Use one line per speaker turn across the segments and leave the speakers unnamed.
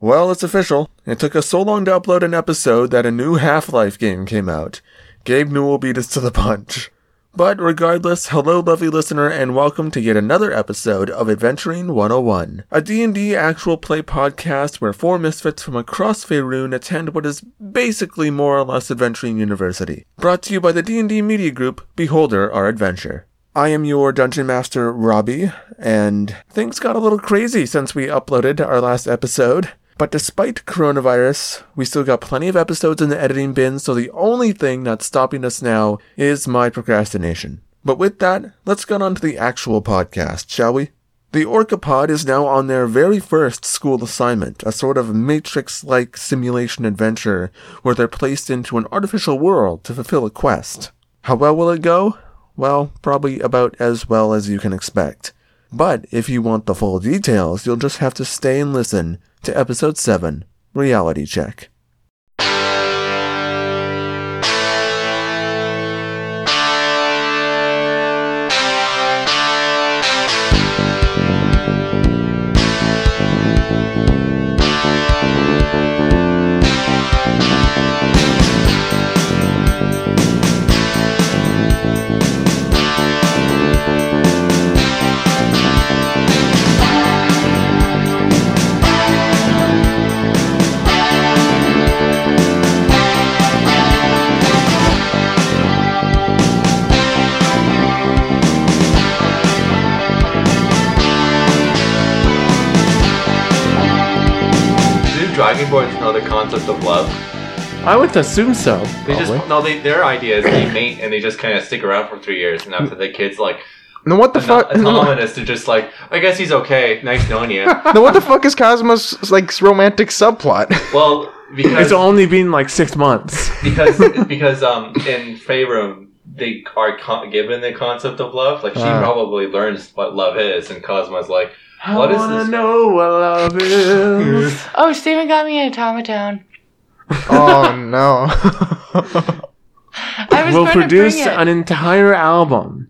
Well, it's official. It took us so long to upload an episode that a new Half Life game came out. Gabe Newell beat us to the punch. But regardless, hello lovely listener and welcome to yet another episode of Adventuring 101, a D&D actual play podcast where four misfits from across Faerun attend what is basically more or less adventuring university. Brought to you by the D&D media group Beholder Our Adventure. I am your dungeon master Robbie and things got a little crazy since we uploaded our last episode. But despite coronavirus, we still got plenty of episodes in the editing bin, so the only thing that's stopping us now is my procrastination. But with that, let's get on to the actual podcast, shall we? The Orcapod is now on their very first school assignment, a sort of matrix like simulation adventure where they're placed into an artificial world to fulfill a quest. How well will it go? Well, probably about as well as you can expect. But if you want the full details, you'll just have to stay and listen to episode 7 Reality Check.
Do dragonborns know the concept of love?
I would assume so.
They just no. They, their idea is they mate and they just kind of stick around for three years, and after the kids like
Now what the
it's not-
fuck?
it's
No,
ominous to just like I guess he's okay. Nice knowing you.
now what the fuck is Cosmos like romantic subplot?
well, because
It's only been like six months.
because because um in Faerun they are con- given the concept of love. Like she
Ah.
probably learns what love is, and Cosmo's like, what is this?
know what love is.
Oh, Steven got me an automaton.
oh no!
I was
we'll
going
produce
to bring it.
an entire album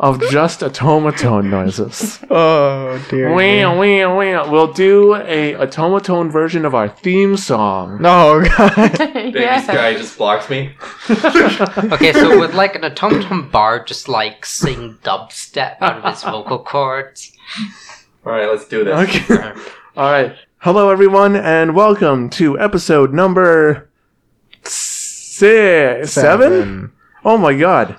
of just automaton noises.
oh dear.
Wah, wah, wah. We'll do a automaton version of our theme song.
No god.
Baby
yeah.
Sky just blocks me.
Okay, so would like an automaton bar just like sing dubstep out of his vocal cords?
All right, let's do this.
Okay. All right. Hello, everyone, and welcome to episode number six, seven? Oh my god.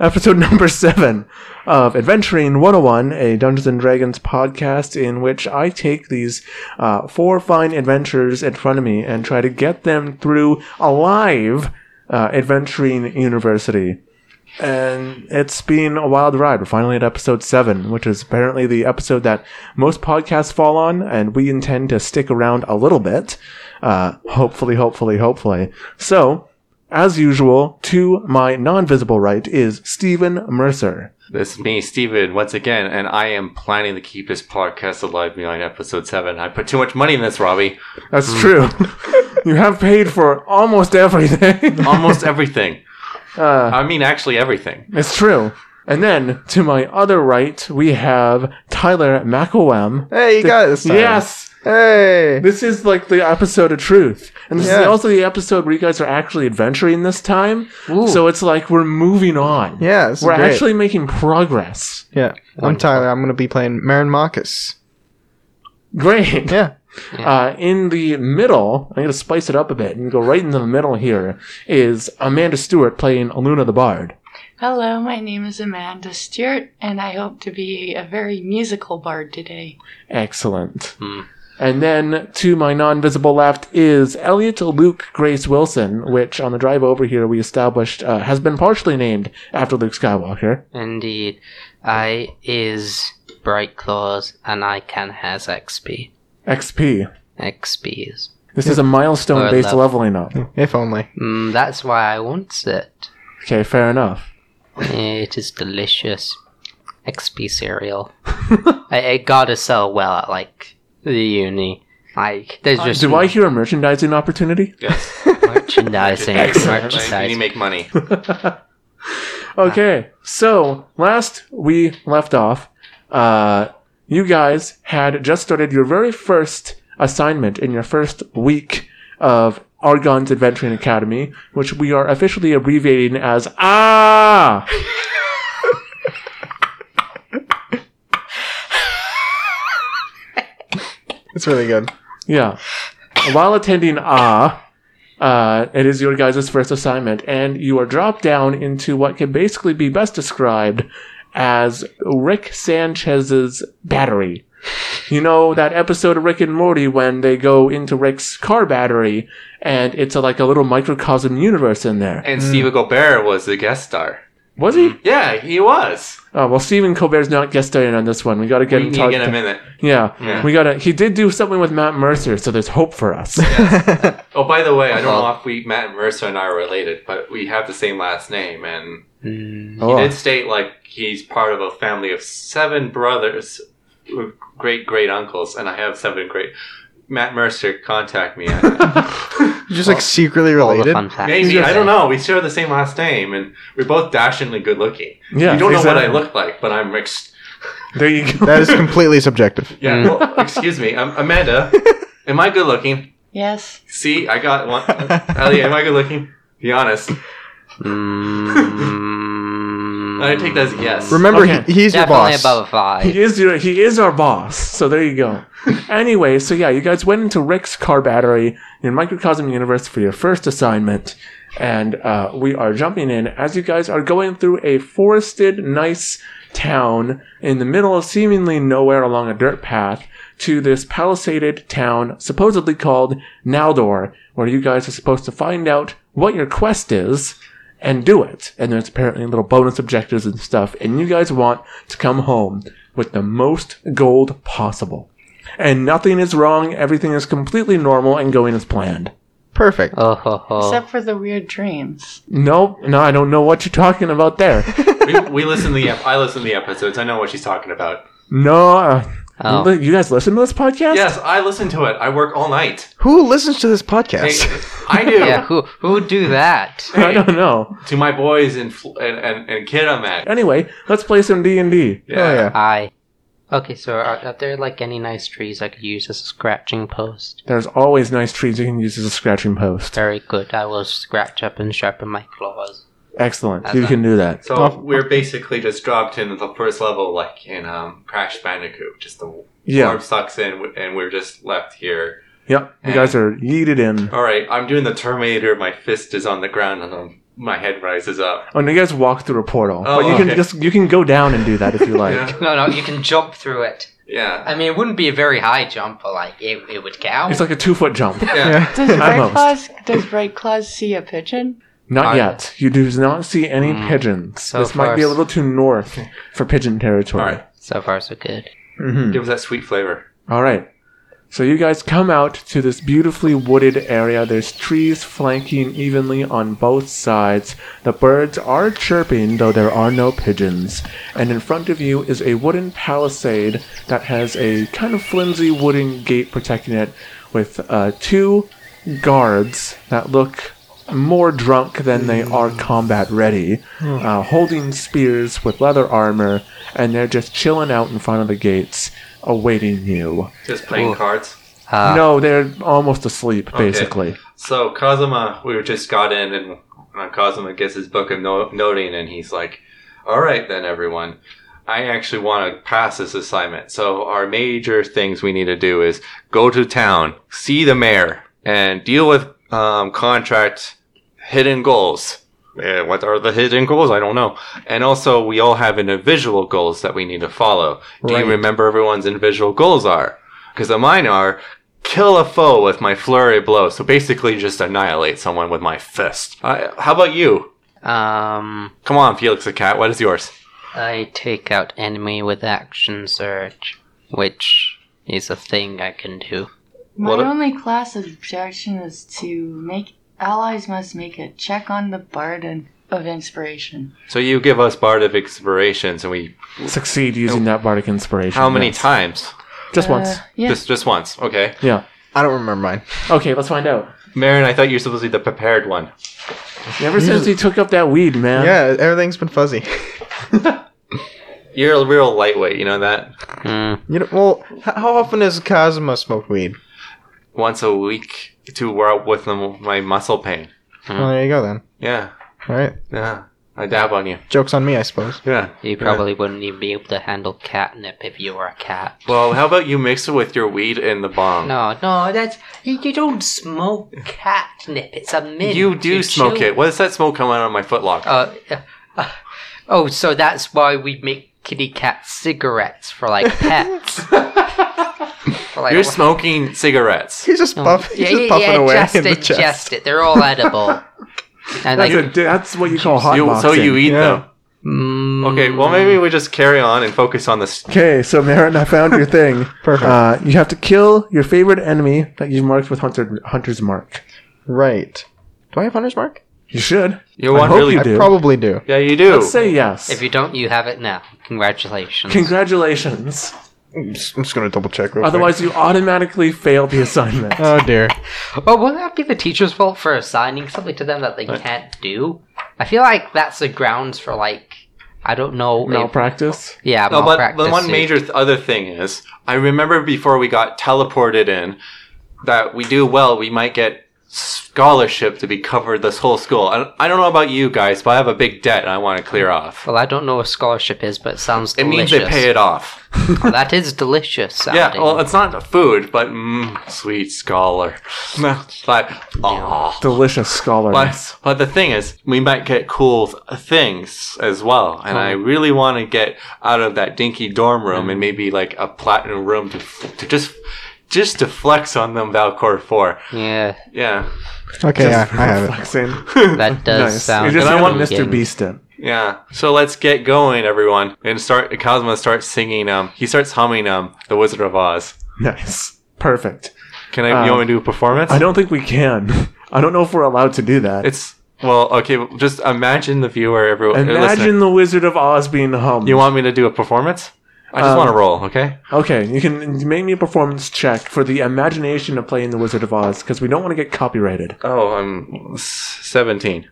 Episode number seven of Adventuring 101, a Dungeons and Dragons podcast in which I take these uh, four fine adventures in front of me and try to get them through alive uh, Adventuring University. And it's been a wild ride. We're finally at episode seven, which is apparently the episode that most podcasts fall on, and we intend to stick around a little bit. Uh, hopefully, hopefully, hopefully. So, as usual, to my non visible right is Stephen Mercer.
This is me, Steven, once again, and I am planning to keep this podcast alive beyond episode 7. I put too much money in this, Robbie.
Hmm.
That's true. you have paid for almost everything.
Almost everything.
Uh,
I mean, actually, everything.
it's true. And then to my other right, we have Tyler McElwem.
Hey, you got this. Time.
Yes!
Hey.
This is like the episode of truth. And this is
Yeah.
also the episode where you guys are actually adventuring this time.
Ooh.
So it's like we're moving on.
Yeah. This is
We're
great.
actually making progress.
Yeah. I'm Tyler. I'm gonna be playing Marin Marcus.
Great.
Yeah.
Uh, in the middle, I'm going to spice it up a bit and go right into the middle here, is Amanda Stewart playing Aluna the Bard.
Hello, my name is Amanda Stewart, and I hope to be a very musical bard today.
Excellent.
Hmm.
And then to my non visible left is Elliot Luke Grace Wilson, which on the drive over here we established uh, has been partially named after Luke Skywalker.
Indeed. I is Bright Claws and I can has XP.
XP.
XPs.
This is a milestone based
Or
leveling up.
If only.
Mm, that's why I want it.
Okay, fair enough.
It is delicious. XP cereal. I, it gotta sell well at like the uni. Like there's just
Do I hear a merchandising opportunity?
Yes.
merchandising,
Excellent. Like, You
merchandising.
make money.
Okay, so last we left off, uh, you guys had just started your very first assignment in your first week of Argon's Adventuring Academy, which we are officially abbreviating as Ah!
It's really good.
Yeah. While attending Ah, uh, it is your guys' first assignment, and you are dropped down into what can basically be best described as Rick Sanchez's battery. You know that episode of Rick and Morty when they go into Rick's car battery, and it's a, like a little microcosm universe in there.
And Steve Gobert was the guest star.
Was he?
Yeah, he was.
Oh well, Stephen Colbert's not guest starring on this one. We got to get
Mm-hmm.
him
We need to
talked.
get him in it.
Yeah,
Yeah.
we got to. He did do something with Matt Mercer, so there's hope for us.
Oh, by the way, I don't know
Uh-huh.
if we Matt Mercer and I are related, but we have the same last name, and
Mm,
he
Oh.
did state like he's part of a family of seven brothers, great great uncles, and I have seven great. Matt Mercer, contact me.
You're just like secretly
all the
related.
fun facts.
Maybe I don't know. We share the same last name, and we're both dashingly good looking.
Yeah,
you don't know
exactly.
what I look like, but I'm ex-
There you go.
That is completely subjective.
Mm.
yeah. well, excuse me, um, Amanda. Am I good looking?
Yes.
See, I got one. Ellie, am I good looking? Be honest.
Mm,
I take that as a yes.
Remember,
Okay.
he, he's your
definitely
boss.
above a five.
He is your, he is our boss. So there you go. anyway, so yeah, you guys went into Rick's car battery in Microcosm Universe for your first assignment, and uh, we are jumping in as you guys are going through a forested, nice town in the middle of seemingly nowhere along a dirt path to this palisaded town supposedly called Naldor, where you guys are supposed to find out what your quest is and do it. And there's apparently little bonus objectives and stuff. And you guys want to come home with the most gold possible. And nothing is wrong. Everything is completely normal and going as planned.
Perfect.
Oh ho ho.
Except for the weird dreams.
Nope. No, I don't know what you're talking about there.
we, we listen to the ep- I listen to the episodes. I know what she's talking about.
no. Uh,
Oh.
li- You guys listen to this podcast?
Yes, I listen to it. I work all night.
Who listens to this
Hey,
podcast?
I do.
yeah, who who would do that?
I don't know.
To my boys and fl- and, and, and kid I'm at.
Anyway, let's play some D and D.
Oh yeah.
I. Okay, so are, are there like any nice trees I could use as a scratching post?
There's always nice trees you can use as a scratching post.
Very good. I will scratch up and sharpen my claws.
Excellent.
That's
You
not-
can do that.
So
Oh.
we're basically just dropped in at the first level, like in um, Crash Bandicoot. Just the
Yeah.
worm sucks in, w- and we're just left here.
Yep. You guys are yeeted in.
All right, I'm doing the Terminator. My fist is on the ground, and um my head rises up.
Oh, and you guys walk through a portal.
Oh,
but you
okay.
can just you can go down and do that if you like.
Yeah.
No, no, you can jump through it.
Yeah,
I mean, it wouldn't be a very high jump, but like it, it would count.
It's like a two foot jump.
yeah.
Yeah.
Does Bright
Almost.
Claws does Bright Claws see a pigeon?
Not
I-
yet. You do not see any
Mm.
pigeons.
So
this might be a
far-
little too north for pigeon territory.
All right,
so far, so good.
Mhm.
give us that sweet flavor.
All right. So you guys come out to this beautifully wooded area. There's trees flanking evenly on both sides. The birds are chirping, though there are no pigeons. And in front of you is a wooden palisade that has a kind of flimsy wooden gate protecting it, with uh, two guards that look more drunk than they are combat ready, uh, holding spears with leather armor, and they're just chilling out in front of the gates, awaiting you.
Just playing
Ooh.
cards. Ah.
Uh,
no, they're almost asleep, basically.
So Kazuma, we just got in, and uh, Kazuma gets his book of no- noting, and he's like, "All right, then, everyone, I actually want to pass this assignment. So our major things we need to do is go to town, see the mayor, and deal with um, contract hidden goals." Eh, what are the hidden goals? I don't know. And also, we all have individual goals that we need to follow. Do
Right.
you remember everyone's individual goals are? Because the mine are kill a foe with my flurry blow. So basically, just annihilate someone with my fist. I, how about you?
Um,
Come on, Felix the Cat. What is yours?
I take out enemy with action surge, which is a thing I can do.
My
What a-
only class objection is to make allies must make a check on the bard and of inspiration.
So you give us bardic inspirations, and we
Succeed using that bardic inspiration.
how many
yes.
times?
Just once.
Uh, yeah.
Just just once. Okay,
Yeah.
I don't remember mine.
Okay, let's find out.
Marin. I thought you were supposed to be the prepared one.
Ever since he took up that weed, man.
Yeah, everything's been fuzzy.
You're a real lightweight. You know that.
Hmm.
You know, well, h- how often has Cosmo smoked weed?
once a week to work with them, my muscle pain.
Well, there you go then.
Yeah,
All right.
yeah. I dab on you.
Joke's on me, I suppose.
Yeah.
You probably wouldn't even be able to handle catnip if you were a cat.
Well, how about you mix it with your weed and the bong?
No, no, that's you, you don't smoke catnip. It's a mint.
You do
You
smoke
chew-
it. What is that smoke coming out of my footlocker?
Uh, uh, oh, so that's why we make kitty cat cigarettes for like pets. For, like,
You're smoking cigarettes.
He's just, puff, he's
Oh, yeah,
just
yeah,
puffing
yeah,
away
just
in the
ingest
chest.
it. They're all edible. and like,
That's, a- that's what you call hot
You, so you eat them.
mm,
Okay, well maybe we just carry on and focus on this.
Okay, so Marin, I found your thing.
Perfect.
Uh, you have to kill your favorite enemy that you've marked with hunter, Hunter's Mark.
Right. Do I have Hunter's Mark?
You should.
You
I
want
hope
really?
you
I
do.
probably do.
Yeah, you do.
Let's say yes.
if you don't, you have it now. Congratulations.
Congratulations.
I'm just, I'm just gonna double check real
Otherwise, you automatically fail the assignment.
quick. Oh dear.
Well, wouldn't that be the teacher's fault for assigning something to them that they can't do? I feel like that's the grounds for like I don't know. if-
Malpractice.
yeah,
No, but the
malpractice
one
suit.
major th- other thing is, I remember before we got teleported in, that we do well, we might get scholarship to be covered this whole school. I, I don't know about you guys, but I have a big debt I want to clear off.
Well, I don't know what scholarship is, but it sounds
It means
Oh, delicious.
they pay it off.
Well, that is delicious sounding.
Yeah, well, uh, it's not food, but mm, sweet scholar. but aw.
Delicious scholar.
But, but the thing is, we might get cool th- things as well. And I really want to get out of that dinky dorm room
Mm-hmm.
and maybe like a platinum room to, f- to just just to flex on them Valcor 4.
yeah,
Yeah.
Okay, yeah, I have it.
Flexing.
that does
nice.
sound.
You just
And I
I
want
want Mr. Beast in.
Yeah. So let's get going, everyone. And start Cosmo starts singing um he starts humming um The Wizard of Oz.
Nice. Perfect.
Can I you
Um,
want me to do a performance?
I don't think we can. I don't know if we're allowed to do that.
it's well, okay, well, just imagine the viewer everyone uh, listener.
Imagine the Wizard of Oz being hummed.
You want me to do a performance? I just
Um,
want to roll, okay?
okay, you can make me a performance check for the imagination of playing the Wizard of Oz because we don't want to get copyrighted.
Oh, I'm s- 17.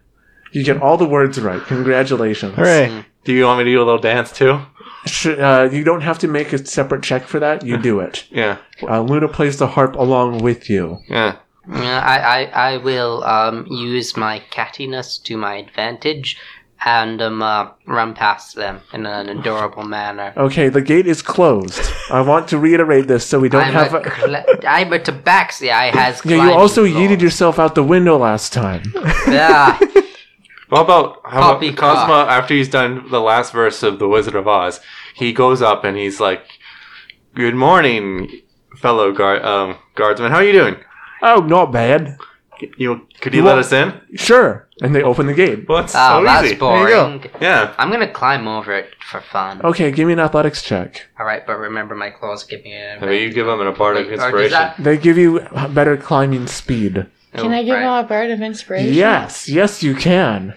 You get all the words right. Congratulations.
Hooray.
Do you want me to do a little dance too?
Sh- uh, you don't have to make a separate check for that. You do it.
Yeah,
Uh, Luna plays the harp along with you.
yeah.
Yeah, I, I, I will um, use my cattiness to my advantage and um, uh, run past them in an adorable manner.
Okay, the gate is closed. I want to reiterate this so we don't
I'm,
have.
a,
A-
cle- I'm a tabaxi. I has.
yeah, you
climbing
also
floor.
yeeted yourself out the window last time.
Yeah.
What about how about
Poppycock.
Cosmo? After he's done the last verse of The Wizard of Oz, he goes up and he's like, "Good morning, fellow guard um, guardsman. How are you doing?
oh, not bad.
You could you let us in?
Sure. And they open the gate.
Well, that's
Oh,
so
that's
easy.
you go.
boring.
Yeah,
I'm gonna climb over it for fun.
Oh.
Okay, give me an athletics check.
All right, but remember my claws give me an.
I mean, you give him an bardic
Or does
inspiration.
that-
They give you better climbing speed.
Can I give
Oh, right.
him a bird of inspiration?
Yes, yes, you can.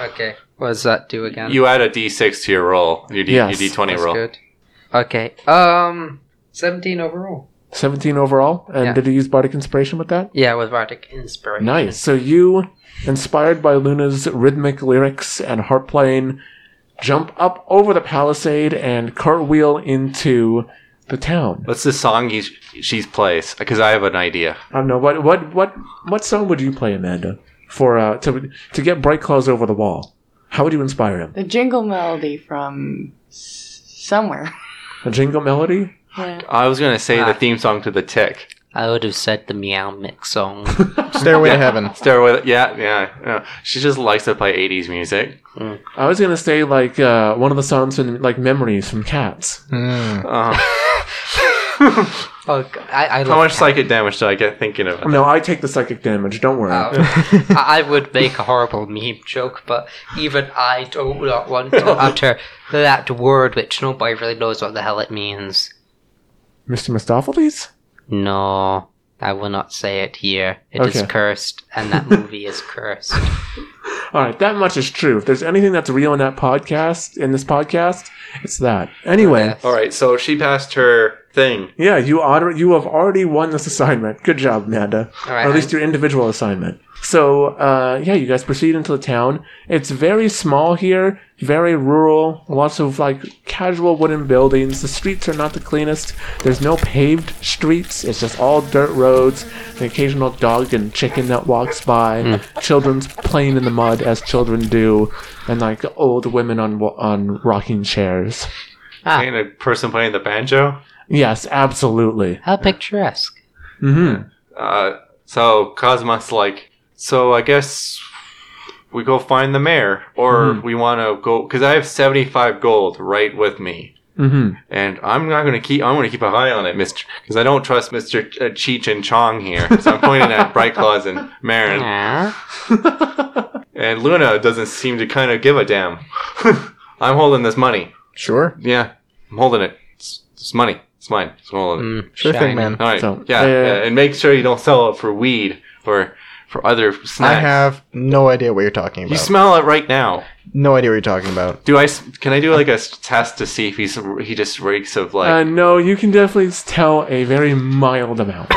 Okay. What does that do again?
You add a d6 to your roll, your, d-
Yes.
your d20
That's
roll.
good. Okay. Um, seventeen overall.
17 overall. And
Yeah.
did you use Bardic Inspiration with that?
Yeah, with bardic inspiration.
Nice. So you, inspired by Luna's rhythmic lyrics and harp playing, jump up over the palisade and cartwheel into the town.
What's the song he's, she's plays? Because I have an idea.
I don't know what what what what song would you play, Amanda, for uh, to to get Bright Claws over the wall? How would you inspire him?
The jingle melody from s- somewhere.
A jingle melody?
Yeah.
I was gonna say
Ah.
the theme song to The Tick.
I would have said the meow mix song.
Stairway to Heaven.
Stairway. Yeah, yeah, yeah. She just likes to play '80s music.
I was gonna say like uh, one of the songs from like Memories from Cats.
Mm.
Uh,
oh, g- I, I
how
love.
much psychic damage do I get thinking of it?
No, I take the psychic damage. Don't worry.
Oh. I I would make a horrible meme joke, but even I don't not want to utter that word, which nobody really knows what the hell it means.
Mr. Mistopheles?
No, I will not say it here. It is
Okay.
cursed, and that movie is cursed.
All right, that much is true. If there's anything that's real in that podcast, in this podcast, it's that. Anyway,
Yes.
All right, so she passed her thing.
Yeah, you order, you have already won this assignment. Good job, Amanda.
All right,
or at least
I'm-
your individual assignment. So, uh, yeah, you guys proceed into the town. It's very small here, very rural, lots of like casual wooden buildings. The streets are not the cleanest. There's no paved streets, it's just all dirt roads, the occasional dog and chicken that walks by, children's playing in the mud as children do, and like old women on, wa- on rocking chairs.
Ah.
And a person playing the banjo.
Yes, absolutely.
How picturesque.
hmm
Uh, so Cosmos like, so I guess we go find the mayor, or we want to go because I have seventy five gold right with me,
hmm
and I'm not gonna keep. I'm gonna keep an eye on it, Mister, because I don't trust Mister Ch- uh, Cheech and Chong here. So I'm pointing at Bright Claws and Marin,
Yeah.
and Luna doesn't seem to kind of give a damn. I'm holding this money.
Sure.
Yeah, I'm holding it. It's, it's money. It's mine. It's holding it.
Mm.
Sure thing, man.
All right.
So,
yeah,
uh,
yeah, and make sure you don't sell it for weed or for other snacks.
I have no idea what you're talking about.
You smell it right now.
no idea what you're talking about.
Do I? s- Can I do like a s- test to see if he's he just reeks of like?
Uh, no, you can definitely tell a very mild amount.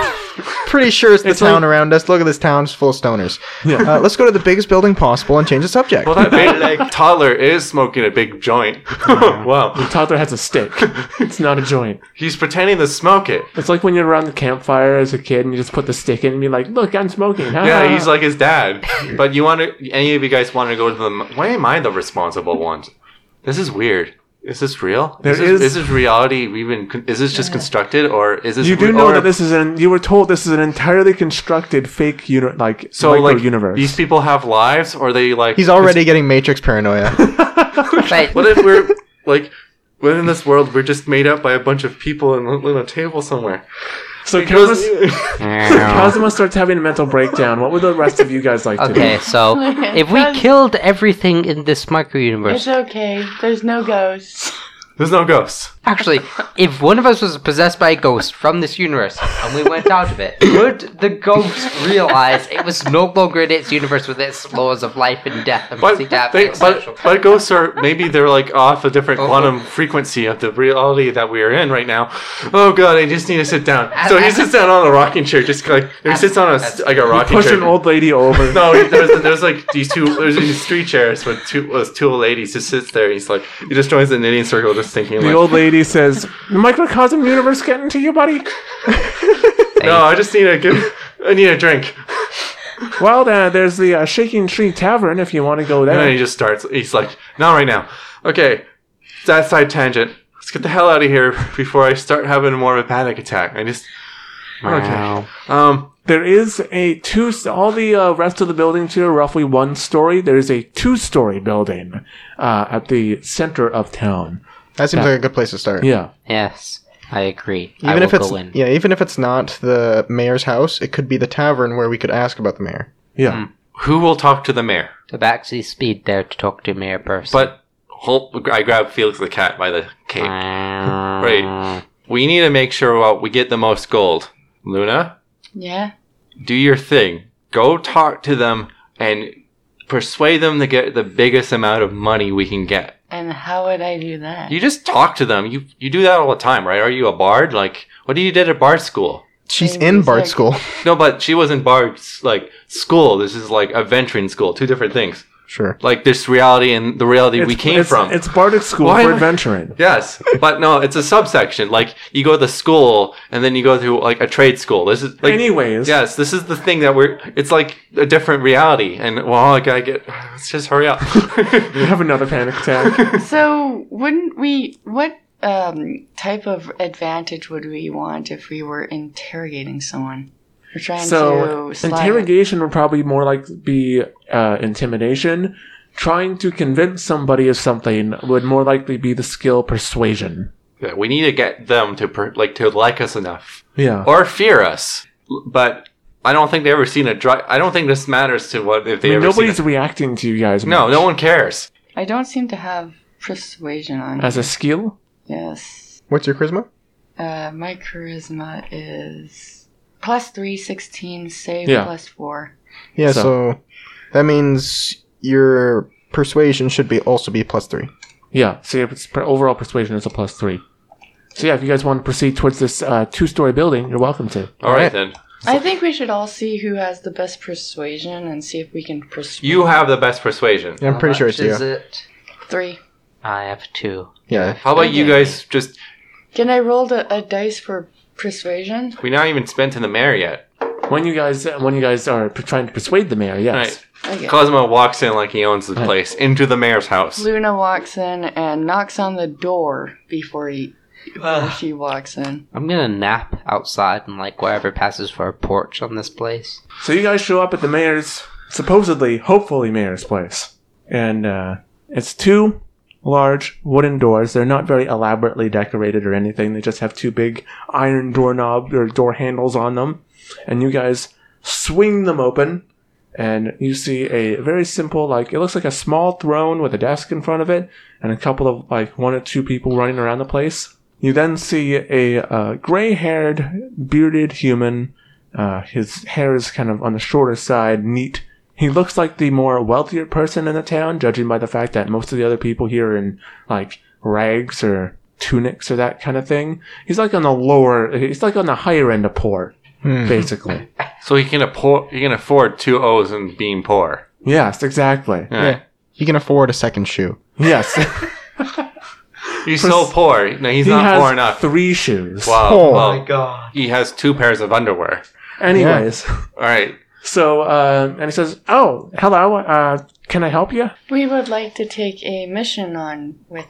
Pretty sure it's the
It's like-
town around us. Look at this town's full of stoners.
Yeah.
Uh, let's go to the biggest building possible and change the subject.
well, that big leg toddler is smoking a big joint. wow,
The toddler has a stick. It's not a joint.
he's pretending to smoke it.
It's like when you're around the campfire as a kid and you just put the stick in and be like, "Look, I'm smoking." Ah.
Yeah, he's like his dad. But you want to? Any of you guys want to go to the? Why am I the responsible one? This is weird. Is this real?
There
this,
is-
Is this reality? We've been. con- Is this just constructed, or is this?
You do
re-
know
or-
that this is an. You were told this is an entirely constructed fake unit, like
So like
universe.
these people have lives, or they like
He's already getting Matrix paranoia.
Right.
What if we're like within this world we're just made up by a bunch of people and on a table somewhere?
so
Because-
Cosmos, Cosmos starts having a mental breakdown. What would the rest of you guys like to
Okay,
do?
so if we
That's-
killed everything in this micro
It's
universe,
okay. There's no ghosts.
There's no ghosts.
actually, if one of us was possessed by a ghost from this universe and we went out of it, would the ghost realize it was no longer in its universe with its laws of life and death and
But
proceed to have
they,
an existential
but, but ghosts are maybe they're like off a different
Oh.
quantum frequency of the reality that we are in right now. Oh god, I just need to sit down. So he sits down on a rocking chair, just like he sits on a s- like a rocking
Push
chair.
an old lady over.
no, he- there's, there's like these two, there's these three chairs with two, with two old ladies. Just sits there. He's like, he just joins the knitting circle, just thinking.
The
like,
old lady says, "The microcosm universe getting to you, buddy."
no, I just need to give, I need a drink.
Well, uh, there's the uh, Shaking Tree Tavern if you want to go
And then
there.
he just starts. He's like, not right now. Okay, that side tangent. Let's get the hell out of here before I start having more of a panic attack. I just. Okay. Um.
There is a two. All the uh, rest of the buildings here are roughly one story. There is a two-story building uh, at the center of town.
That seems like a good place to start.
Yeah,
Yes, I agree. I
Even
will
if it's
go in.
yeah, even if it's not the mayor's house, it could be the tavern where we could ask about the mayor.
yeah.
Hmm. Who will talk to the mayor?
To actually speed there to talk to Mayor Burst.
But hold, I grab Felix the cat by the cape. Right. We need to make sure well, we get the most gold. Luna,
Yeah.
do your thing. Go talk to them and persuade them to get the biggest amount of money we can get.
And how would I do that?
You just talk to them. You you do that all the time, right? Are you a bard? Like, what do you did at bard school?
She's
Maybe
in
he's
Bard
like-
school.
No, but she wasn't bard like school. This is like adventuring school. Two different things.
Sure.
Like this reality and the reality we
It's-
came
it's-
from.
It's Bardic School
Why
for
am I-
adventuring.
yes, but no, it's a subsection. Like you go to the school and then you go to like a trade school. This is like
Anyways,
Yes, this is the thing that we're. It's like a different reality, and well, I gotta get. Let's just hurry up.
you have another panic attack.
So wouldn't we? What um, type of advantage would we want if we were interrogating someone? We're trying
so
to slide-
interrogation would probably more like be uh, intimidation. Trying to convince somebody of something would more likely be the skill persuasion.
Yeah, we need to get them to per, like to like us enough.
Yeah.
or fear us. But I don't think they ever seen a dry. I don't think this matters to what if
I
they
mean,
ever seen.
nobody's
A,
reacting to you guys.
no, no one cares.
I don't seem to have persuasion on.
As a skill?
yes.
What's your charisma?
Uh, my charisma is plus three, sixteen. Save
Yeah.
plus four.
Yeah,
So-
so, that means your persuasion should be also be plus three.
Yeah. So your pers- per- overall persuasion is a plus three. So yeah, if you guys want to proceed towards this uh, two-story building, you're welcome to.
All right, then.
I think we should all see who has the best persuasion and see if we can persuade
You have the best persuasion.
Yeah, I'm pretty sure it's you.
Is it?
three.
I have two.
Yeah.
How about you guys just.
Can I roll the, a dice for persuasion?
We're not even spent in the mayor yet.
When you guys when you guys are p- trying to persuade the mayor, yes.
All right.
Okay.
Cosmo walks in like he owns the place into the mayor's house.
Luna walks in and knocks on the door before he before she walks in.
I'm gonna nap outside and like wherever passes for a porch on this place.
So you guys show up at the mayor's, supposedly, hopefully mayor's place, and uh, it's two large wooden doors. They're not very elaborately decorated or anything. They just have two big iron doorknob or door handles on them, and you guys swing them open, and you see a very simple, like it looks like a small throne with a desk in front of it, and a couple of like one or two people running around the place. You then see a uh, gray-haired, bearded human uh, his hair is kind of on the shorter side, neat. He looks like the more wealthier person in the town, judging by the fact that most of the other people here are in like rags or tunics or that kind of thing. He's like on the lower, he's like on the higher end of poor, basically.
So he can, appor- he can afford two O's and being poor.
yes, exactly.
All right.
He can afford a second shoe.
Yes,
He's so poor. No, he's
he
not
has
poor enough.
three shoes.
wow.
Oh
well,
God.
He has two pairs of underwear.
Anyways,
All right.
so uh, and he says, "Oh, hello. Uh, can I help you?"
We would like to take a mission on with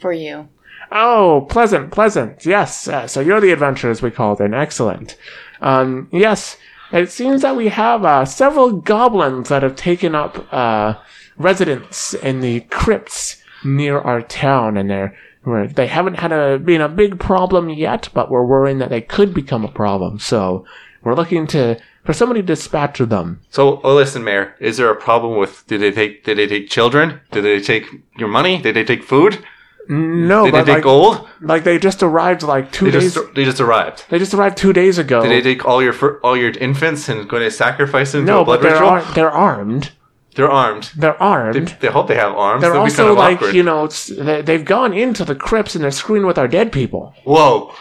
for you.
Oh, pleasant, pleasant. Yes, uh, so you're the adventurers we called in. Excellent. Um, yes, it seems that we have uh, several goblins that have taken up uh, residence in the crypts near our town, and they're we're- they haven't had a been a big problem yet, but we're worrying that they could become a problem. So we're looking to for somebody to dispatch them.
So, oh, listen, Mayor. Is there a problem with? Did they take? Did they take children? Did they take your money? Did they take food?
No,
Did they
Oh, but
take
like,
gold?
like they just arrived like two
They
days.
just they just arrived.
they just arrived two days ago.
Did they take all your fir- all your infants and going to sacrifice them to
no,
a blood
but they're
ritual?
ar- they're armed.
they're armed.
They're armed.
They, they hope they have arms.
They're
That'd be
also
kind of
like
awkward.
you know it's, they, they've gone into the crypts and they're screwing with our dead people.
Whoa!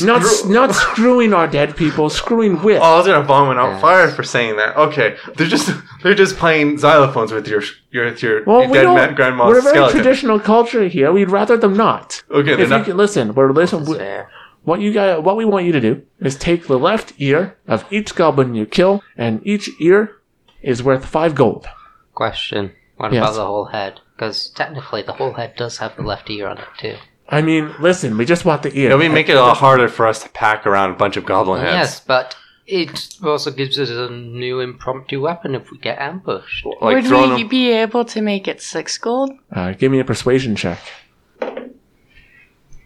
Not s not screwing our dead people, screwing with.
Oh, I was gonna bomb and out fire for saying that. Okay, they're just they're just playing xylophones with your your with your
well, we
dead
don't.
ma- grandma's
we're a very
skeleton.
traditional culture here. We'd rather them not.
okay, they're
if
not.
you can listen, we're listen.
That's
we-
fair.
What you got? What we want you to do is take the left ear of each goblin you kill, and each ear is worth five gold.
Question. What
Yes.
about the whole head? Because technically, the whole head does have the left ear on it too.
I mean, listen, we just want the ear.
It'll be make it a lot harder for us to pack around a bunch of goblin heads.
Yes, but it also gives us a new impromptu weapon if we get ambushed.
like
would
throwing
we
them-
be able to make it six gold?
uh, give me a persuasion check.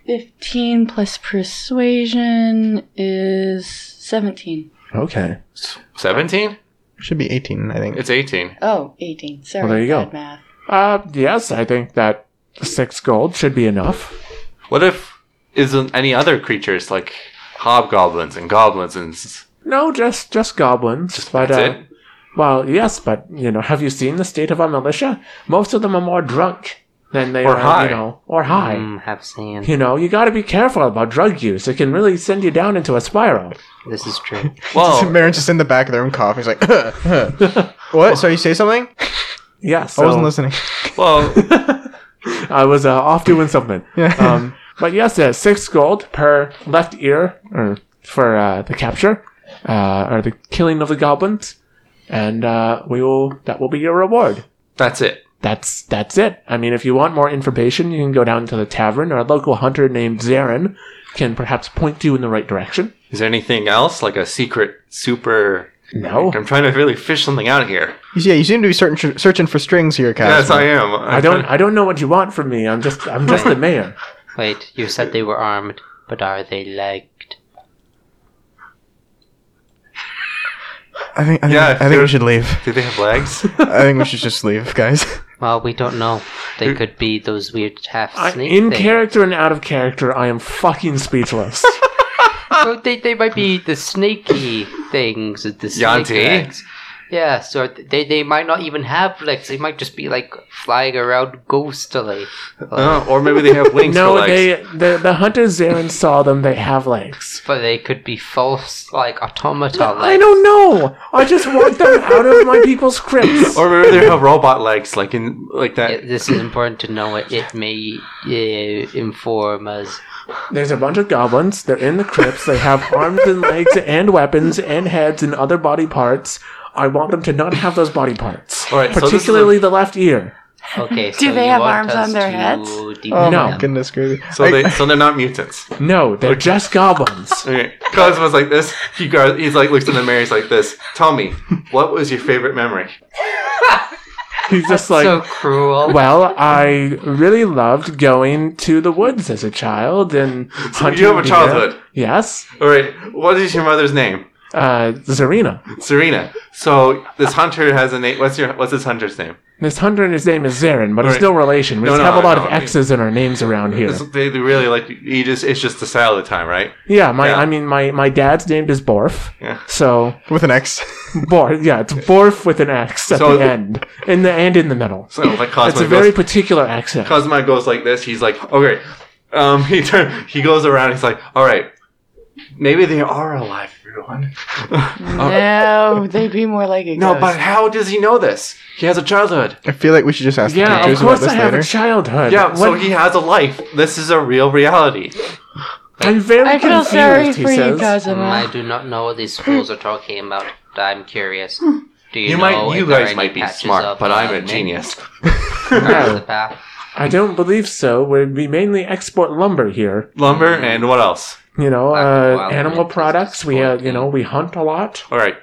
Fifteen plus persuasion is seventeen.
Okay.
17?
Should be 18, I think.
It's 18.
Oh, 18. Sorry,
Well, there you go.
bad math.
Uh, yes, I think that six gold should be enough.
What if isn't any other creatures like hobgoblins and goblins and s-
No, just just goblins. but,
that's
uh,
it?
Well, yes, but you know, have you seen the state of our militia? Most of them are more drunk than they
Or
are,
high.
you know, or high.
Mm, have seen.
You know, you got to be careful about drug use. It can really send you down into a spiral.
This is true. Oh.
Well,
Marin's just in the back of the room coughing. He's like, what? So you say something?
Yes,
I wasn't listening.
well,
I was uh, off doing something.
Yeah.
Um, but yes, uh, six gold per left ear or for uh, the capture uh, or the killing of the goblins, and uh, we will. That will be your reward.
that's it.
that's that's it. I mean, if you want more information, you can go down to the tavern, or a local hunter named Zarin can perhaps point you in the right direction.
Is there anything else like a secret super?
No,
I'm trying to really fish something out here.
Yeah, you seem to be searching, searching for strings here, Cass.
Yes, I am. I'm
I don't. I don't know what you want from me. I'm just. I'm just the mayor.
Wait, you said they were armed, but are they legged?
I think, I think,
Yeah,
I think
sure.
we should leave.
Do they have legs?
I think we should just leave, guys.
Well, we don't know. They could be those weird half
I,
snake
in
things.
character and out of character, I am fucking speechless.
Well, they, they might be the snaky things, the snake
Yanti?
legs. Yeah, so th- they they might not even have legs. They might just be like flying around ghostily.
Oh, or maybe they have wings.
no,
for legs.
they the, the hunter Zarin saw them. They have legs.
But they could be false, like automata legs.
I don't know. I just want them out of my people's scripts.
Or maybe they have robot legs, like in like that.
It- this is important to know. It, it may uh, inform us.
There's a bunch of goblins. They're in the crypts. They have arms and legs and weapons and heads and other body parts. I want them to not have those body parts,
All right, so this is
particularly the left ear.
Okay.
Do
so
they
you
have
want
arms on
us
their
to
heads?
de-
Oh
No.
my goodness, crazy.
So
I-
they so they're not mutants.
No, they're just goblins.
Okay. Cosmo's like this. He goes, he's like looks in the mirror. He's like this. Tell me, what was your favorite memory?
He's just like,
so cruel.
well, I really loved going to the woods as a child and hunting.
you have a
deer."
childhood.
Yes,
All right. What is your mother's name?
uh, Zarina.
Serena. So this hunter has a name. What's your what's his hunter's name?
This hunter and his name is Zarin, but
Right.
it's no relation. We just
No, no,
have a
I
lot
know.
of X's in our names around here.
It's- They they really like you. Just it's just the style of the time, right?
Yeah, my
Yeah.
I mean my my dad's name is Borf.
Yeah.
So
With an X.
Borf, yeah, it's Borf with an X at
So-
the end, in the and in the middle.
So like Cosmo.
It's a
goes-
very particular accent.
Cosmo goes like this. He's like, okay. Um, he turn, he goes around. He's like, all right. Maybe they are alive, everyone.
No, they'd be more like a
No,
ghost.
but how does he know this? He has a childhood.
I feel like we should just ask the
Yeah, of
teachers about
course I
this
have
later.
a childhood.
Yeah, so
What-
he has a life. This is a real reality.
I'm very
I feel
confused.
sorry
he
for you,
says.
Mm,
Cosimo.
I do not know what these fools are talking about. I'm curious.
Hmm.
Do you,
You
know
might, you
if there are
guys
any
might be
patches
smart,
of,
but
uh,
I'm a
mint
genius.
on the
No,
path?
I don't believe so. We we mainly export lumber here.
Lumber and what else?
You know,
Like,
uh,
well,
animal
it's-
products. We uh,
it's-
you know we hunt a lot.
All right,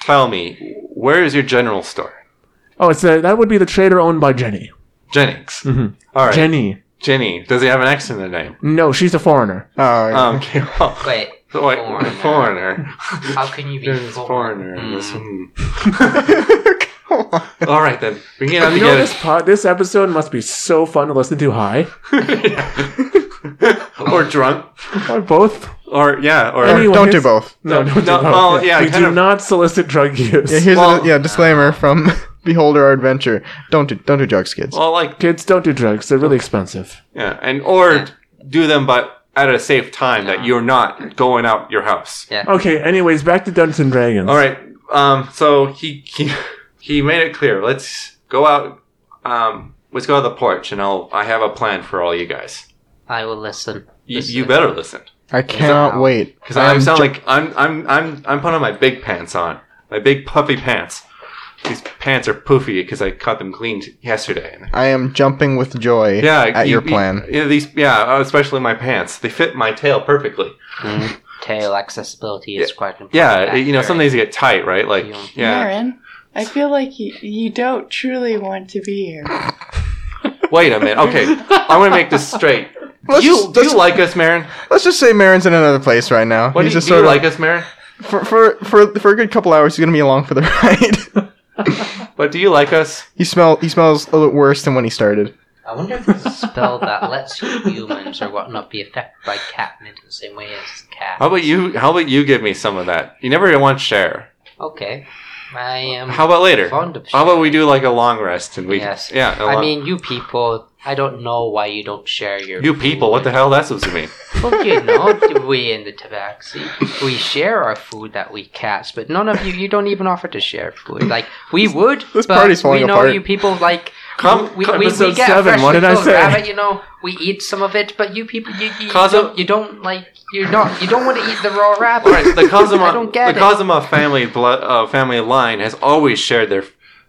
tell me, where is your general store,
Oh, it's the, that would be the trader owned by Jenny.
Jennings?
Mhm.
All right,
Jenny.
Jenny. Does he have an X in the name?
No, she's a foreigner.
Oh, yeah.
Um, okay, well,
Wait,
so wait,
foreigner.
foreigner.
how can you be
There's
foreign?
foreigner
Hmm.
in this. hmm.
Mm.
Come
All right then, we can get them
You know
together.
this part, this episode must be so fun to listen to high
or drunk,
or both.
or yeah, or
Anyway.
on. Don't do both.
No, no,
no,
no.
well, yeah,
we
kind
do
of-
not solicit drug use.
Yeah, here's
Well- uh,
a yeah, disclaimer from Beholder Our Adventure. Don't do don't do drugs, kids.
well, like
Kids don't do drugs; they're really expensive.
yeah, and or do them, but at a safe time that you're not going out your house.
Okay. Anyways, back to Dungeons and Dragons.
All right. Um, so he, he he made it clear. Let's go out. Um, let's go to the porch, and I'll I have a plan for all you guys.
I will listen.
Y-
Listen.
you better listen,
I cannot
Wow.
wait.
because I
I'm
am sound
ju-
like I'm I'm I'm I'm putting my big pants on, my big puffy pants. These pants are poofy because I cut them clean t- yesterday.
I am jumping with joy
Yeah,
at
you-
your
you-
plan.
Yeah, these yeah, especially my pants. They fit my tail perfectly.
Mm, Tail accessibility is quite important.
Yeah, you know,
factor.
some days you get tight, right? Like
Yeah.
yeah.
Marin, I feel like you, you don't truly want to be here.
Wait a minute. Okay, I want to make this straight.
Let's
you
just-
do you
let's-
like us, Marin?
Let's just say Marin's in another place right now.
What
he's
do you,
just
do you
sort of
like us, Marin?
for, for for for a good couple hours. He's gonna be along for the ride.
But do you like us?
he smell he smells a little worse than when he started.
I wonder if there's a spell that lets humans or whatnot be affected by catnip in the same way as cat.
How about you? How about you give me some of that? You never really want to share.
Okay. I am
How about later?
fond of
How about we do like a long rest and we?
Yes.
Yeah. a
I
long-
mean, you people, I don't know why you don't share your.
you people. What the hell that's supposed to mean?
Well, you know, we in the tabaxi, we share our food that we catch, but none of you, you don't even offer to share food. Like, we would,
This
but
party's falling
we know
apart.
you people, like,
Come-
we,
come
we, we
episode
get
seven,
a fresh
what did I
little
say?
rabbit, you know, we eat some of it, but you people, you, you, you
Cosmo-
don't, you don't, like, you're not, you don't want to eat the raw rabbit.
All right. The
I
Kazuma,
don't get
the
it.
Kazuma family blood, uh, family line has always shared their,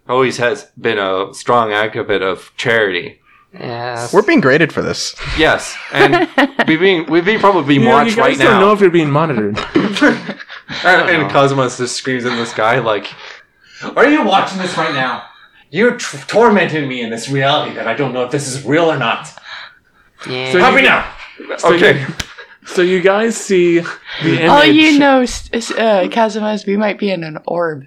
always has been a strong advocate of charity.
Yes.
We're being graded for this.
Yes, and we being we being probably being
You, know, you
watched
guys
right
don't know
now.
if you're being monitored.
and, and Kazuma just screams in the sky like, "Are you watching this right now? You're t- tormenting me in this reality that I don't know if this is real or not."
yeah.
So- Help me
now.
So you- so you guys see the image.
Oh,
All you know, s- is, uh, Cosimo, is we might be in an orb.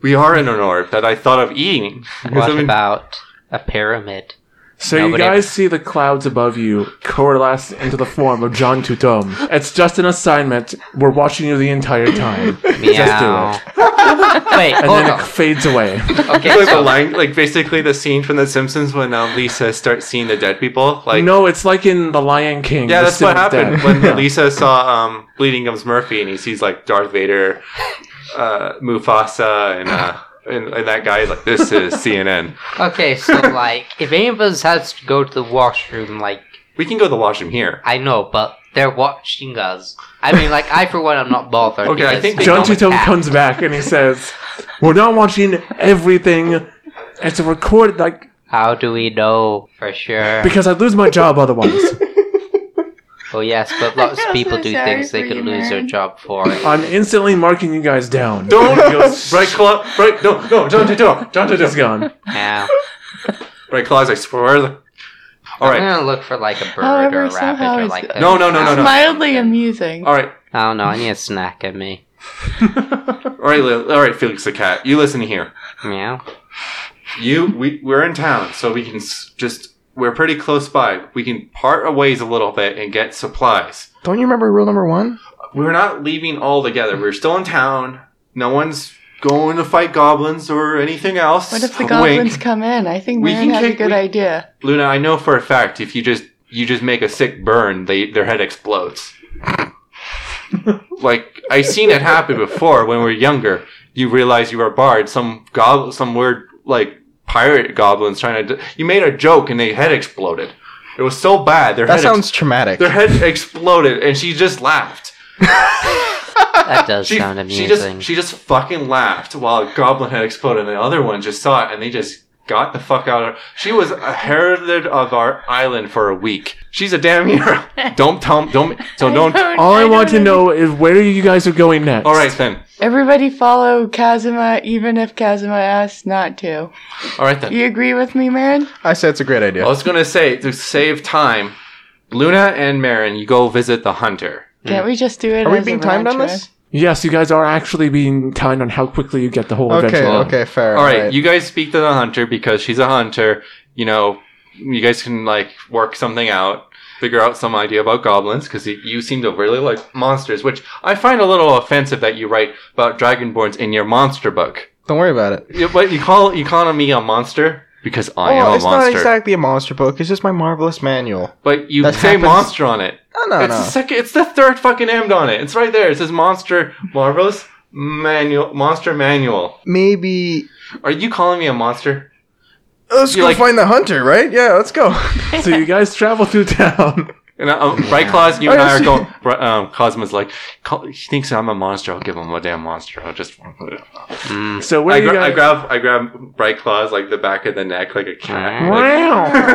we are in an orb that I thought of eating. 'Cause
what
I mean-
about a pyramid?
So you
Nobody-
guys see the clouds above you coalesce into the form of John Tutum. It's just an assignment. We're watching you the entire time.
Meow.
Just
Wait,
And
hold
then it
on.
fades away.
Okay,
Like the
so-
line, like basically the scene from The Simpsons when uh, Lisa starts seeing the dead people. Like
no, it's like in The Lion King.
yeah,
the
that's what
seventh
happened
death.
when
Yeah.
Lisa saw um, Bleeding Gums Murphy, and he sees like Darth Vader, uh, Mufasa, and, uh, and and that guy. Like this is CNN.
okay, so like, if any of us has to go to the washroom, like,
We can go to the washroom here.
I know, but they're watching us. I mean, like, I for one, I'm not bothered.
Okay, I
because
think
they
John
don't
Tutum
attack.
comes back and he says, "We're not watching everything. It's a record like
How do we know for sure?
because I'd lose my job otherwise.
Oh yes, but lots
feel
of people
so
do
sorry
things they
for
could
you,
lose their
man.
job for. it.
I'm instantly marking you guys down."
Don't go right claw, right no no John Tuto, John
He's
Tuto.
gone.
Now
Right claws, I swear. All
I'm
right,
Uh-huh.
gonna look for like a bird or
However,
a
somehow
rabbit or
it's-
like a-
no no no Oh, no
It's
no.
mildly amusing.
All right,
I don't know. I need a snack at me.
all right, Lil- all right, Felix the cat. You listen here.
Meow.
You, we, we're in town, so we can s- just. We're pretty close by. We can part a ways a little bit and get supplies.
Don't you remember rule number one?
We're not leaving all together. We're still in town. No one's going to fight goblins or anything else.
What if the
Wink.
goblins come in? I think
We
Marin
can
has a
kick-
good
we-
idea.
Luna, I know for a fact if you just you just make a sick burn, they their head explodes. like I seen it happen before when we were younger. You realize you were barred. Some goblin, some weird like pirate goblins trying to. d- You made a joke and their head exploded. It was so bad. Their
That
head
sounds traumatic.
their head exploded, and she just laughed.
That does
She,
sound
she
amusing.
just she just fucking laughed while a goblin head exploded, and the other one just saw it, and they just got the fuck out of. She was a heritage of our island for a week. She's a damn hero. Don't tell. Don't so don't.
All I, want to
don't
know is where you guys are going next.
All right then.
Everybody follow Kazuma, even if Kazuma asks not to.
All right then.
You agree with me, Marin?
I said it's a great idea.
I was gonna say to save time, Luna and Marin, you go visit the hunter.
Can't we just do it?
Are we
as a
being timed
round
on
trip?
this?
Yes, you guys are actually being timed on how quickly you get the whole
Okay,
adventure.
okay, fair.
All right, you guys speak to the hunter because she's a hunter. You know, you guys can like work something out, figure out some idea about goblins because you seem to really like monsters, which I find a little offensive that you write about dragonborns in your monster book.
Don't worry about it.
You, but you call you calling me a monster because I
well,
am a
it's
monster.
not exactly a monster book. It's just my marvelous manual.
but you
that
say
happens-
monster on it.
No, no,
it's
Oh, no.
the second. It's the third fucking end on it. It's right there. It says monster marvelous manual monster manual.
Maybe
Are you calling me a monster?
let's
You
go
like-
find the hunter, right? Yeah, let's go.
So you guys travel through town.
And uh, um, Bright Claws, you
Oh,
and I
yes.
are going. Bri- Um, Cosmo's like, "Co- he thinks I'm a monster. I'll give him a damn monster. I'll just.
Mm,
So where
I,
you
gra- I
guys?
grab, I grab Bright Claws like the back of the neck, like a
Mm-hmm.
cat. Like,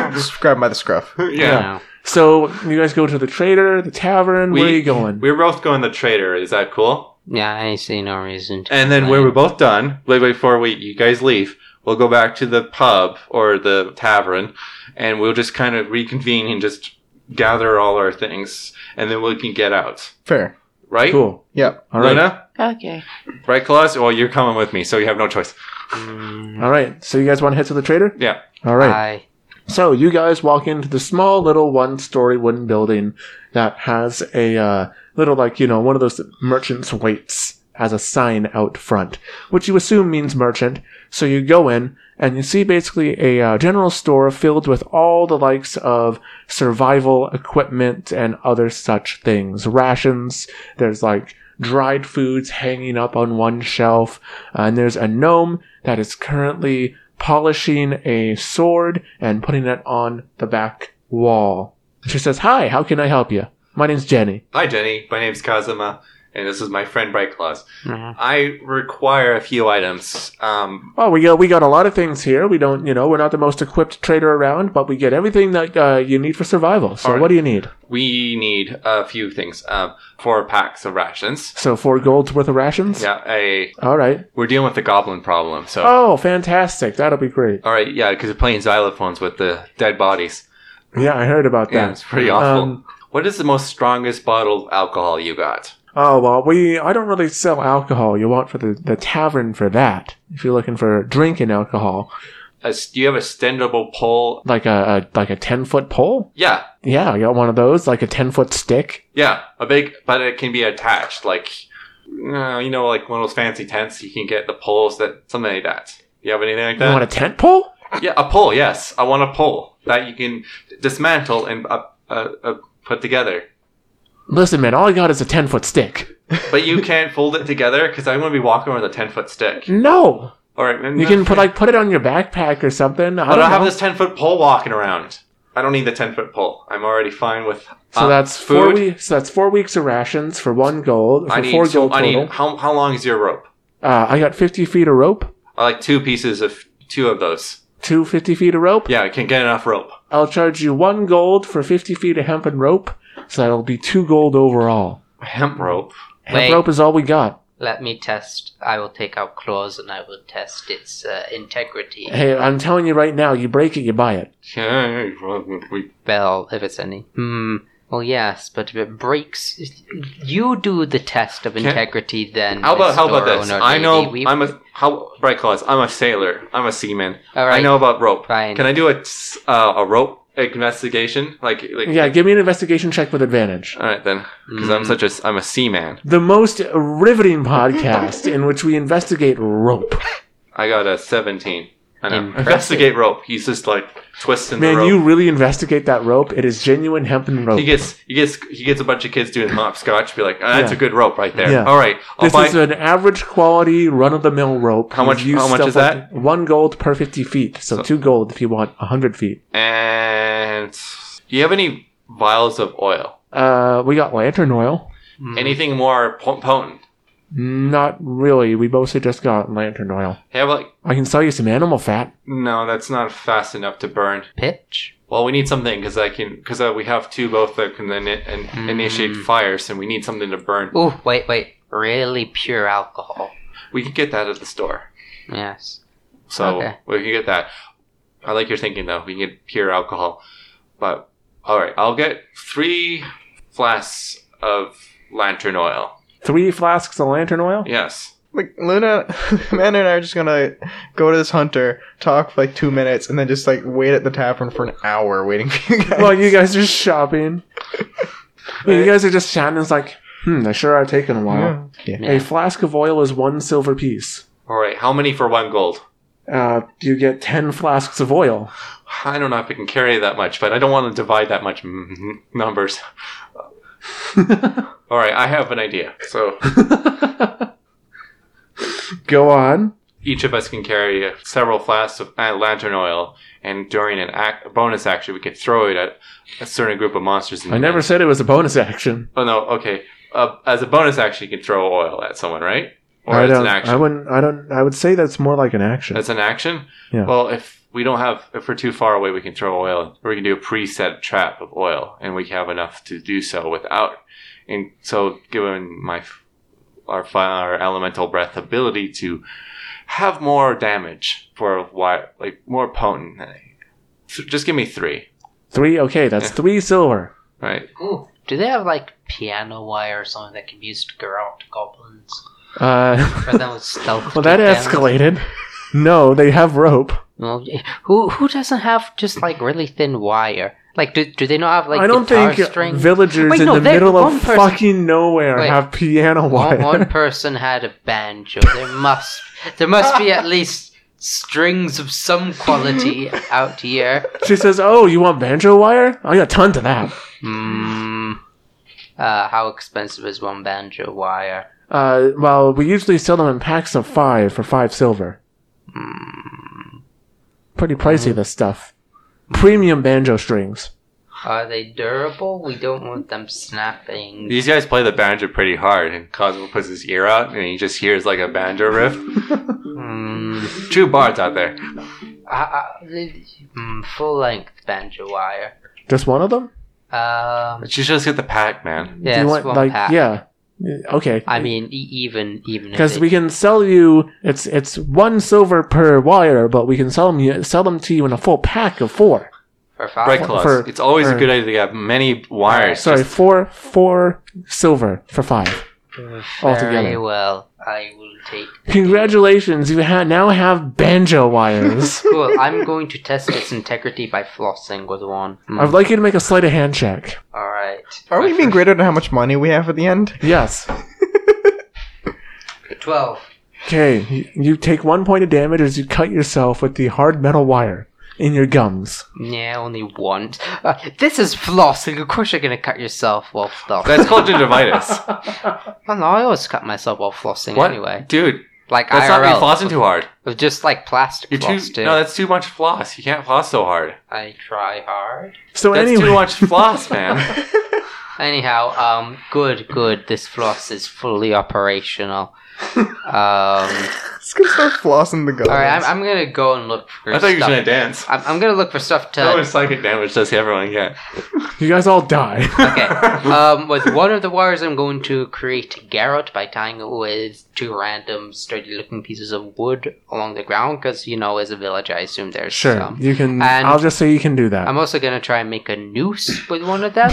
Wow.
Just grab by the scruff.
yeah.
Meow.
So you guys go to the trader, the tavern. where are
We-
you going?
We were both going the trader. Is that cool?
Yeah, I see no reason. to
And then when
complain.
we're both done, like before we you guys leave, we'll go back to the pub or the tavern, and we'll just kind of reconvene and just gather all our things, and then we can get out.
Fair.
Right?
Cool.
Yep.
All right.
Luna,
Okay.
Bright Claws. Well, you're coming with me, so you have no choice.
All right. So you guys want to head to the trader?
Yeah.
All right.
I-
So you guys walk into the small little one-story wooden building that has a uh, little, like you know, one of those merchants waits as a sign out front, which you assume means merchant. So you go in and you see basically a uh, general store filled with all the likes of survival equipment and other such things, rations. There's like dried foods hanging up on one shelf, uh, and there's a gnome that is currently polishing a sword and putting it on the back wall. She says, Hi, how can I help you? My name's Jenny.
Hi, Jenny. My name's Kazuma, and this is my friend Bright Claws.
Mhm.
I require a few items. Um,
Well, we got, we got a lot of things here. We don't, you know, we're not the most equipped trader around, but we get everything that uh, you need for survival. So
All right.
what do you need?
we need a few things. Um, four packs of rations.
So four golds worth of rations?
Yeah, a,
All right.
we're dealing with the goblin problem. So,
Oh, fantastic. That'll be great.
all right, yeah, because they're playing xylophones with the dead bodies.
Yeah, I heard about
Yeah,
that.
it's pretty awful.
Um,
what is the most strongest bottle of alcohol you got?
Oh, well, we, I don't really sell alcohol. You want for the, the tavern for that. If you're looking for drinking alcohol.
a s- do you have a standable pole?
Like a, a like a ten foot pole.
Yeah,
Yeah, I got one of those, like a ten foot stick.
yeah, a big, but it can be attached, like uh, you know, like one of those fancy tents. You can get the poles that something like that. You have anything like
You want
that?
a tent pole?
yeah, a pole. Yes, I want a pole that you can dismantle and uh, uh, uh, put together.
Listen, man, all I got is a ten foot stick.
But you can't fold it together because I'm going to be walking with a ten foot stick.
No,
All right, then- uh,
you can put like put it on your backpack or something. I
I
don't,
don't
know.
have this ten foot pole walking around. I don't need the ten foot pole. I'm already fine with.
So
uh,
that's four
food.
weeks. So that's four weeks of rations for one gold. For
I need
four
two-
gold
I
total.
need how how long is your rope?
Uh, I got fifty feet of rope.
I like two pieces of two of those.
Two fifty feet of rope.
Yeah, I can get enough rope.
I'll charge you one gold for fifty feet of hemp and rope. So that'll be two gold overall.
Hemp rope.
Hemp
Wait.
rope is all we got.
Let me test. I will take out claws and I will test its uh, integrity.
Hey, I'm telling you right now, you break it, you buy it.
Yeah, well, we-
Bell, if it's any. Hmm. Well, yes, but if it breaks, you do the test of
Can-
integrity. Then
How about how about
Mr.
this?
Ono
I know
Davey. We-
I'm a how bright claws. I'm a sailor. I'm a seaman.
All right.
I know about rope.
Fine.
Can I do a s- uh, a rope investigation? Like like
Yeah, give me an investigation check with advantage.
All right then, because
Mm-hmm.
I'm such a s- I'm a seaman.
The most riveting podcast in which we investigate rope.
I got a 17. I know.
Impressive.
Investigate rope. He's just like twisting the
Man,
rope.
you really investigate that rope. It is genuine hemp and rope.
He gets he gets he gets a bunch of kids doing hopscotch. Be like, oh, that's
Yeah.
a good rope right there.
Yeah.
All right, I'll
This
buy.
is an average quality run of the mill rope.
How much-
We've used
how much
stuff
is
like One gold per 50 feet. So,
So-
two gold if you want 100 feet.
and do you have any vials of oil?
Uh, we got lantern oil.
Mm-hmm.
Anything more po- potent?
Not really. We mostly just got lantern oil.
Have like
I can sell you some animal fat.
no, that's not fast enough to burn.
pitch.
Well, we need something because I can because uh, we have two both that can in, in, initiate fires, and we need something to burn.
Oh, wait, wait. Really pure alcohol.
We can get that at the store,
Yes.
so
Okay.
we can get that. I like your thinking though. We can get pure alcohol, but all right, I'll get three flasks of lantern oil.
Three flasks of lantern oil?
Yes.
Like Luna, Amanda and I are just gonna go to this hunter, talk for like two minutes, and then just like wait at the tavern for an hour waiting for you guys.
Well, you guys are shopping. Yeah, you guys are just chatting. It's like, hmm, they sure are taking a while.
Yeah.
Yeah.
A flask of oil is one silver piece.
All right. How many for one gold?
Uh, you get 10 flasks of oil.
I don't know if I can carry that much, but I don't want to divide that much mm, numbers. All right. I have an idea. So
Go on.
each of us can carry several flasks of uh, lantern oil, and during an act, a bonus action, we could throw it at a certain group of monsters. In
I
the
never
end.
said it was a bonus action.
Oh no. Okay. Uh, as a bonus action, you can throw oil at someone, right? Or
I
it's
don't,
an
I
action.
wouldn't. I don't. I would say that's more like an action.
That's an action.
Yeah.
Well, if we don't have, if we're too far away, we can throw oil, or we can do a preset trap of oil, and we have enough to do so without. And so, given my f- our fi- our elemental breath ability to have more damage for a while, like more potent, than I- so just give me three,
three. Okay, that's three silver.
right?
Ooh. Do they have like piano wire or something that can be used to ground goblins?
Uh,
Or that was stealth.
well, that
defense?
escalated. No, they have rope.
Well, who who doesn't have just like really thin wire? Like, do, do they not have like
I don't
guitar
think
string?
villagers
Wait,
in
no,
the
they-
middle of
one person-
fucking nowhere
Wait.
have piano
One,
wire.
one person had a banjo. There must there must be at least strings of some quality out here.
she says, "Oh, you want banjo wire? I got tons of that."
Hmm. Uh, how expensive is one banjo wire?
Uh, well, we usually sell them in packs of five for five silver.
Hmm.
Pretty pricey, this stuff. Premium banjo strings.
Are they durable? We don't want them snapping.
These guys play the banjo pretty hard, and Cosmo puts his ear out, and he just hears like a banjo riff.
Hmm.
True bards out there.
I, I, hmm, full length banjo wire.
Just one of them?
Um.
She just hit the pack, man.
you
Yeah, it's
want
one
like
pack.
yeah? Okay.
I mean, e- even even if
Because
they-
we can sell you it's it's one silver per wire, but we can sell them you- sell them to you in a full pack of four.
for five,
Right, Claus.
For-
it's always
for-
a good idea to have many wires.
Sorry, four four silver for five
Very
altogether.
well. I will take.
Congratulations, you ha- now have banjo wires.
Cool. I'm going to test its integrity by flossing with one. Mm.
I'd like you to make a sleight of hand check.
All right.
Are we being graded on how much money we have at the end?
Yes.
Twelve.
Okay, y- you take one point of damage as you cut yourself with the hard metal wire in your gums.
Yeah, only one. Uh, this is flossing. Of course, you're gonna cut yourself while flossing.
That's called gingivitis.
Well, no, I always cut myself while flossing
what?
anyway.
Dude,
Like
that's
IRL.
not you flossing too hard.
With just like plastic
You're too,
floss too.
No, that's too much floss. You can't floss so hard.
I try hard.
So
That's
anyway,
too much floss, man.
Anyhow, um, good, good. This floss is fully operational. Um.
It's gonna start flossing the gums.
All right, I'm, I'm gonna go and look for.
I thought you were
stuff.
going to dance.
I'm, I'm gonna look for stuff to.
That was psychic damage does everyone get.
you guys all die.
Okay. Um, with one of the wires, I'm going to create Garrot by tying it with two random sturdy-looking pieces of wood along the ground, because you know, as a village, I assume there's
Sure,
some.
you can.
And-
I'll just say you can do that.
I'm also gonna try and make a noose with one of them,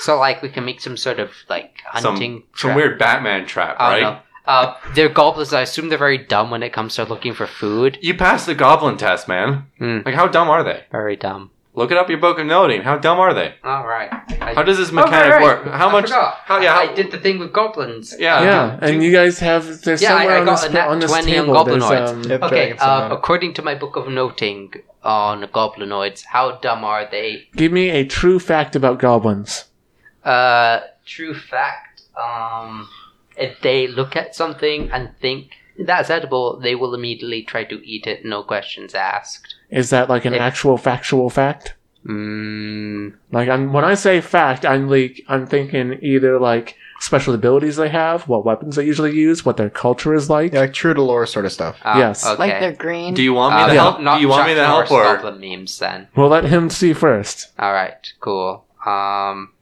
so like we can make some sort of like
Some,
hunting.
some
trap.
weird Batman trap,
I
right?
don't know. Uh, they're goblins. I assume they're very dumb when it comes to looking for food.
You passed the goblin test, man.
Hmm.
Like, how dumb are they?
Very dumb.
Look it up your book of noting. How dumb are they?
All right. I-
How does this
Oh, right,
mechanic
right.
work? How
I
much?
forgot.
How, yeah, how,
I did the thing with goblins.
Yeah.
yeah, and you guys have there's
Yeah, I-
somewhere
I
on,
got
this,
a nat
on this
20 on
table. there's,
goblinoids.
um,
Yep,
Okay,
dragon's
uh,
on it.
according to my book of noting on goblinoids, how dumb are they?
give me a true fact about goblins.
Uh, true fact, um, if they look at something and think that's edible, they will immediately try to eat it, no questions asked.
Is that like an
It-
actual factual fact?
Mm,
Like I'm when I say fact, I'm like I'm thinking either like special abilities they have, what weapons they usually use, what their culture is like.
yeah, like true to lore sort of stuff.
oh,
Yes.
Okay.
Like they're green.
Do you want me
Uh,
to
not-
help?
Not
Do you want me to
Chuck
help
Norris
or?
goblin memes then?
We'll let him see first.
All right, cool. Um,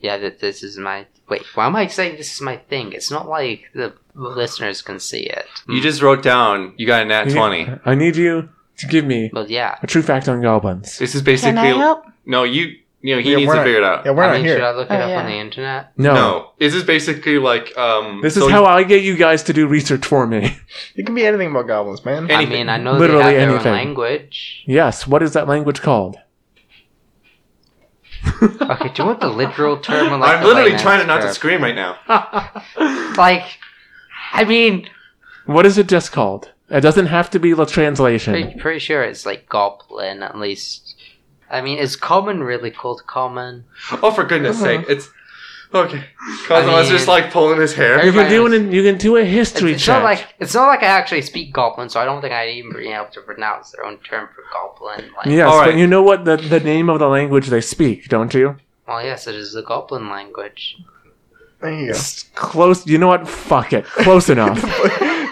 yeah, that this is my wait. Why am I saying this is my thing? It's not like the listeners can see it.
You just wrote down you got a nat
You-
twenty.
I need you to give me
But Hmm. yeah,
a true fact on goblins.
This is
Can I
basically
help?
no. You you know he
Yeah,
needs
we're
to
not-
figure it out.
Yeah, we're
I
not
mean, should
here.
I look it
Oh,
up
yeah.
on the internet?
No.
No, this is basically like um.
This
so
is how I get you guys to do research for me.
It can be anything about goblins, man.
Anything.
I mean, I know
Literally
they have their
anything.
own language.
Yes, what is that language called?
Okay, do you want the literal term? Or like
I'm
the
literally
layman's
trying to not to
term?
scream right now.
Like, I mean,
What is it just called? It doesn't have to be the
Hmm.
translation.
pretty, pretty sure it's like goblin at least. I mean, is common really called common?
Oh, for goodness
Uh-huh.
sake! It's okay.
I
Cosmo was
mean-
just like pulling his hair.
You can
Everybody
do
knows.
an you can do a
It's,
history
it's
check.
not like it's not like I actually speak goblin, so I don't think I'd even be able to pronounce their own term for goblin. Like,
yes,
All
but
right.
you know what the, the name of the language they speak, don't you?
Well, yes, it is the goblin language.
There you go.
It's close. You know what? Fuck it. Close enough.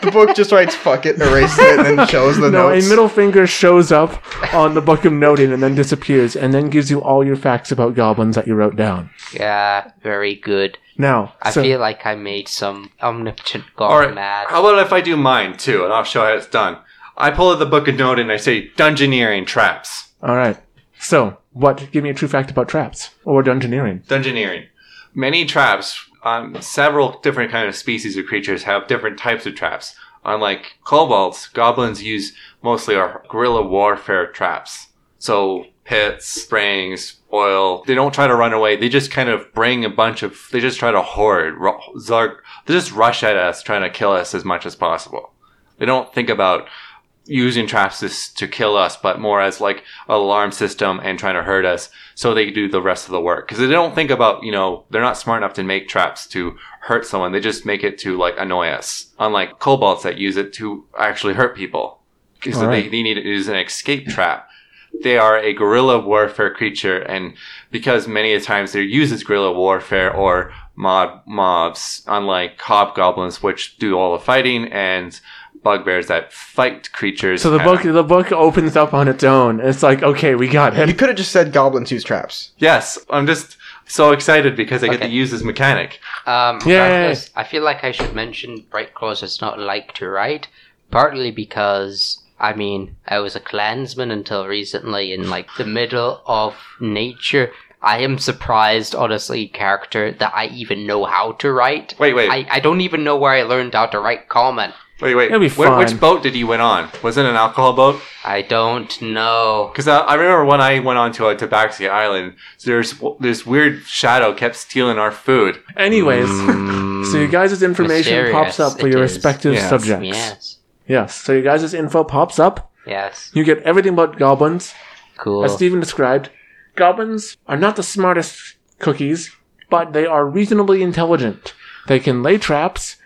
the book just writes "fuck it," erases it, and then shows the
no,
notes.
a middle finger shows up on the book of noting and then disappears, and then gives you all your facts about goblins that you wrote down.
Yeah, very good.
Now,
I
so-
feel like I made some omnipotent
All
god
right.
mad.
How about if I do mine too, and I'll show how it's done. I pull out the book of note and I say dungeoneering traps.
all right. So, what? Give me a true fact about traps or dungeoneering.
Dungeoneering. Many traps on several different kind of species of creatures have different types of traps. Unlike kobolds, goblins use mostly our guerrilla warfare traps. So pits, springs, oil. They don't try to run away. They just kind of bring a bunch of. They just try to hoard. ru- zarg- They just rush at us, trying to kill us as much as possible. They don't think about using traps to, to kill us, but more as like alarm system and trying to hurt us so they do the rest of the work. Because they don't think about, you know, they're not smart enough to make traps to hurt someone. They just make it to like annoy us. Unlike kobolds that use it to actually hurt people. Because
All
they,
right.
they need it as an escape trap. They are a guerrilla warfare creature, and because many of the times they're used as guerrilla warfare or mob mobs, unlike hobgoblins, which do all the fighting, and bugbears that fight creatures.
So the
at-
book the book opens up on its own. It's like, okay, we got
you
it.
could have just said goblins use traps.
Yes, I'm just so excited because I get
Okay.
to use this mechanic.
Um,
Yay.
regardless, I feel like I should mention Bright Claws does not like to write, partly because, I mean, I was a clansman until recently in, like, the middle of nature, I am surprised, honestly, character, that I even know how to write.
Wait, wait,
I, I don't even know where I learned how to write comment.
wait, wait.
It'll be
Wh-
fine.
Which boat did you went on? Was it an alcohol boat?
I don't know.
Because I, I remember when I went on to a Tabaxi Island, there's this weird shadow kept stealing our food.
Anyways, so your guys' information
Mm. mysterious
pops up for
it
your
is.
respective
Yes.
subjects.
Yes.
Yes. So your guys' info pops up.
Yes.
You get everything about goblins,
Cool.
as Stephen described. Goblins are not the smartest cookies, but they are reasonably intelligent. They can lay traps,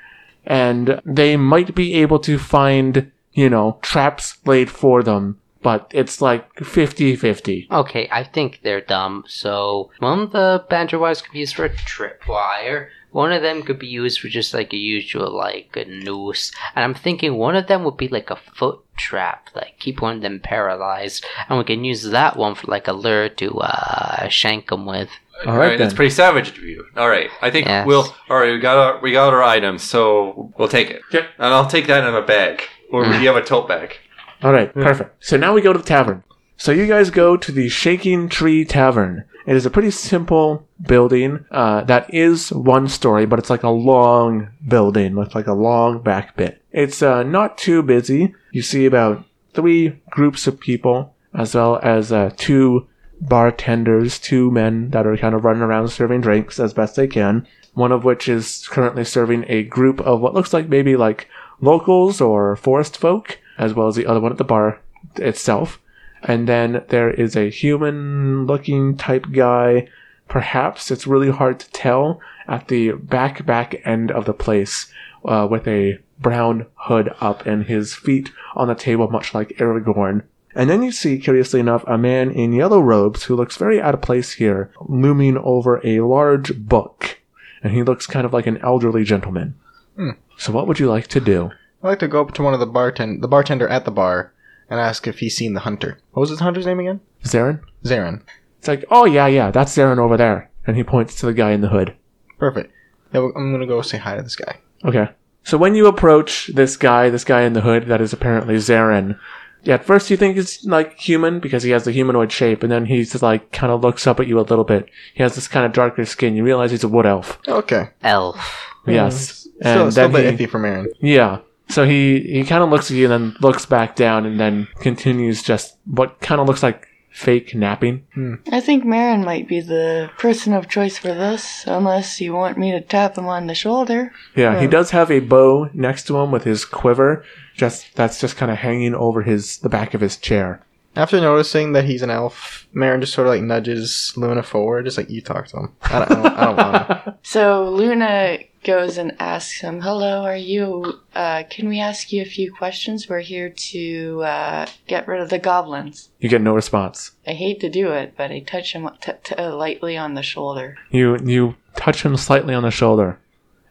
and they might be able to find, you know, traps laid for them. But it's like 50 50.
Okay, I think they're dumb. So one of the banjo wires could be used for a tripwire. One of them could be used for just like a usual like a noose. And I'm thinking one of them would be like a foot trap, like keep one of them paralyzed. And we can use that one for like a lure to uh shank them with.
All right,
that's
then.
pretty savage of you. All right, I think
Yes.
we'll. All right, we got our, we got our items, so we'll take it.
Okay.
And I'll take that in a bag, or
Mm.
do you have a tote bag?
All right, perfect. So now we go to the tavern. So you guys go to the Shaking Tree Tavern. It is a pretty simple building uh, that is one story, but it's like a long building with like a long back bit. It's uh, not too busy. You see about three groups of people, as well as uh, two bartenders, two men that are kind of running around serving drinks as best they can. One of which is currently serving a group of what looks like maybe like locals or forest folk, as well as the other one at the bar itself. And then there is a human looking type guy. Perhaps it's really hard to tell at the back, back end of the place uh, with a brown hood up and his feet on the table, much like Aragorn. And then you see, curiously enough, a man in yellow robes who looks very out of place here, looming over a large book. And he looks kind of like an elderly gentleman.
Hmm.
So, what would you like to do?
I'd like to go up to one of the bartend the bartender at the bar and ask if he's seen the hunter. What was his hunter's name again?
Zarin?
Zarin.
It's like, oh yeah, yeah, that's Zarin over there. And he points to the guy in the hood.
Perfect. Yeah, well, I'm gonna go say hi to this guy.
Okay. So when you approach this guy, this guy in the hood that is apparently Zarin, at first you think he's like human because he has the humanoid shape, and then he's like kind of looks up at you a little bit. He has this kind of darker skin. You realize he's a wood elf.
Okay.
Elf.
Yes.
Hmm. Still,
And
still a
then
bit
he,
iffy from Aaron.
yeah. So he, he kind of looks at you and then looks back down and then continues just what kind of looks like fake napping.
I think Marin might be the person of choice for this, unless you want me to tap him on the shoulder.
Yeah, he does have a bow next to him with his quiver, just that's just kind of hanging over his the back of his chair.
After noticing that he's an elf, Marin just sort of like nudges Luna forward, just like you talk to him. I don't, I don't, I don't want him.
So Luna goes and asks him, Hello, are you? Uh, can we ask you a few questions? We're here to uh, get rid of the goblins.
You get no response.
I hate to do it, but I touch him t- t- uh, lightly on the shoulder.
You you touch him slightly on the shoulder,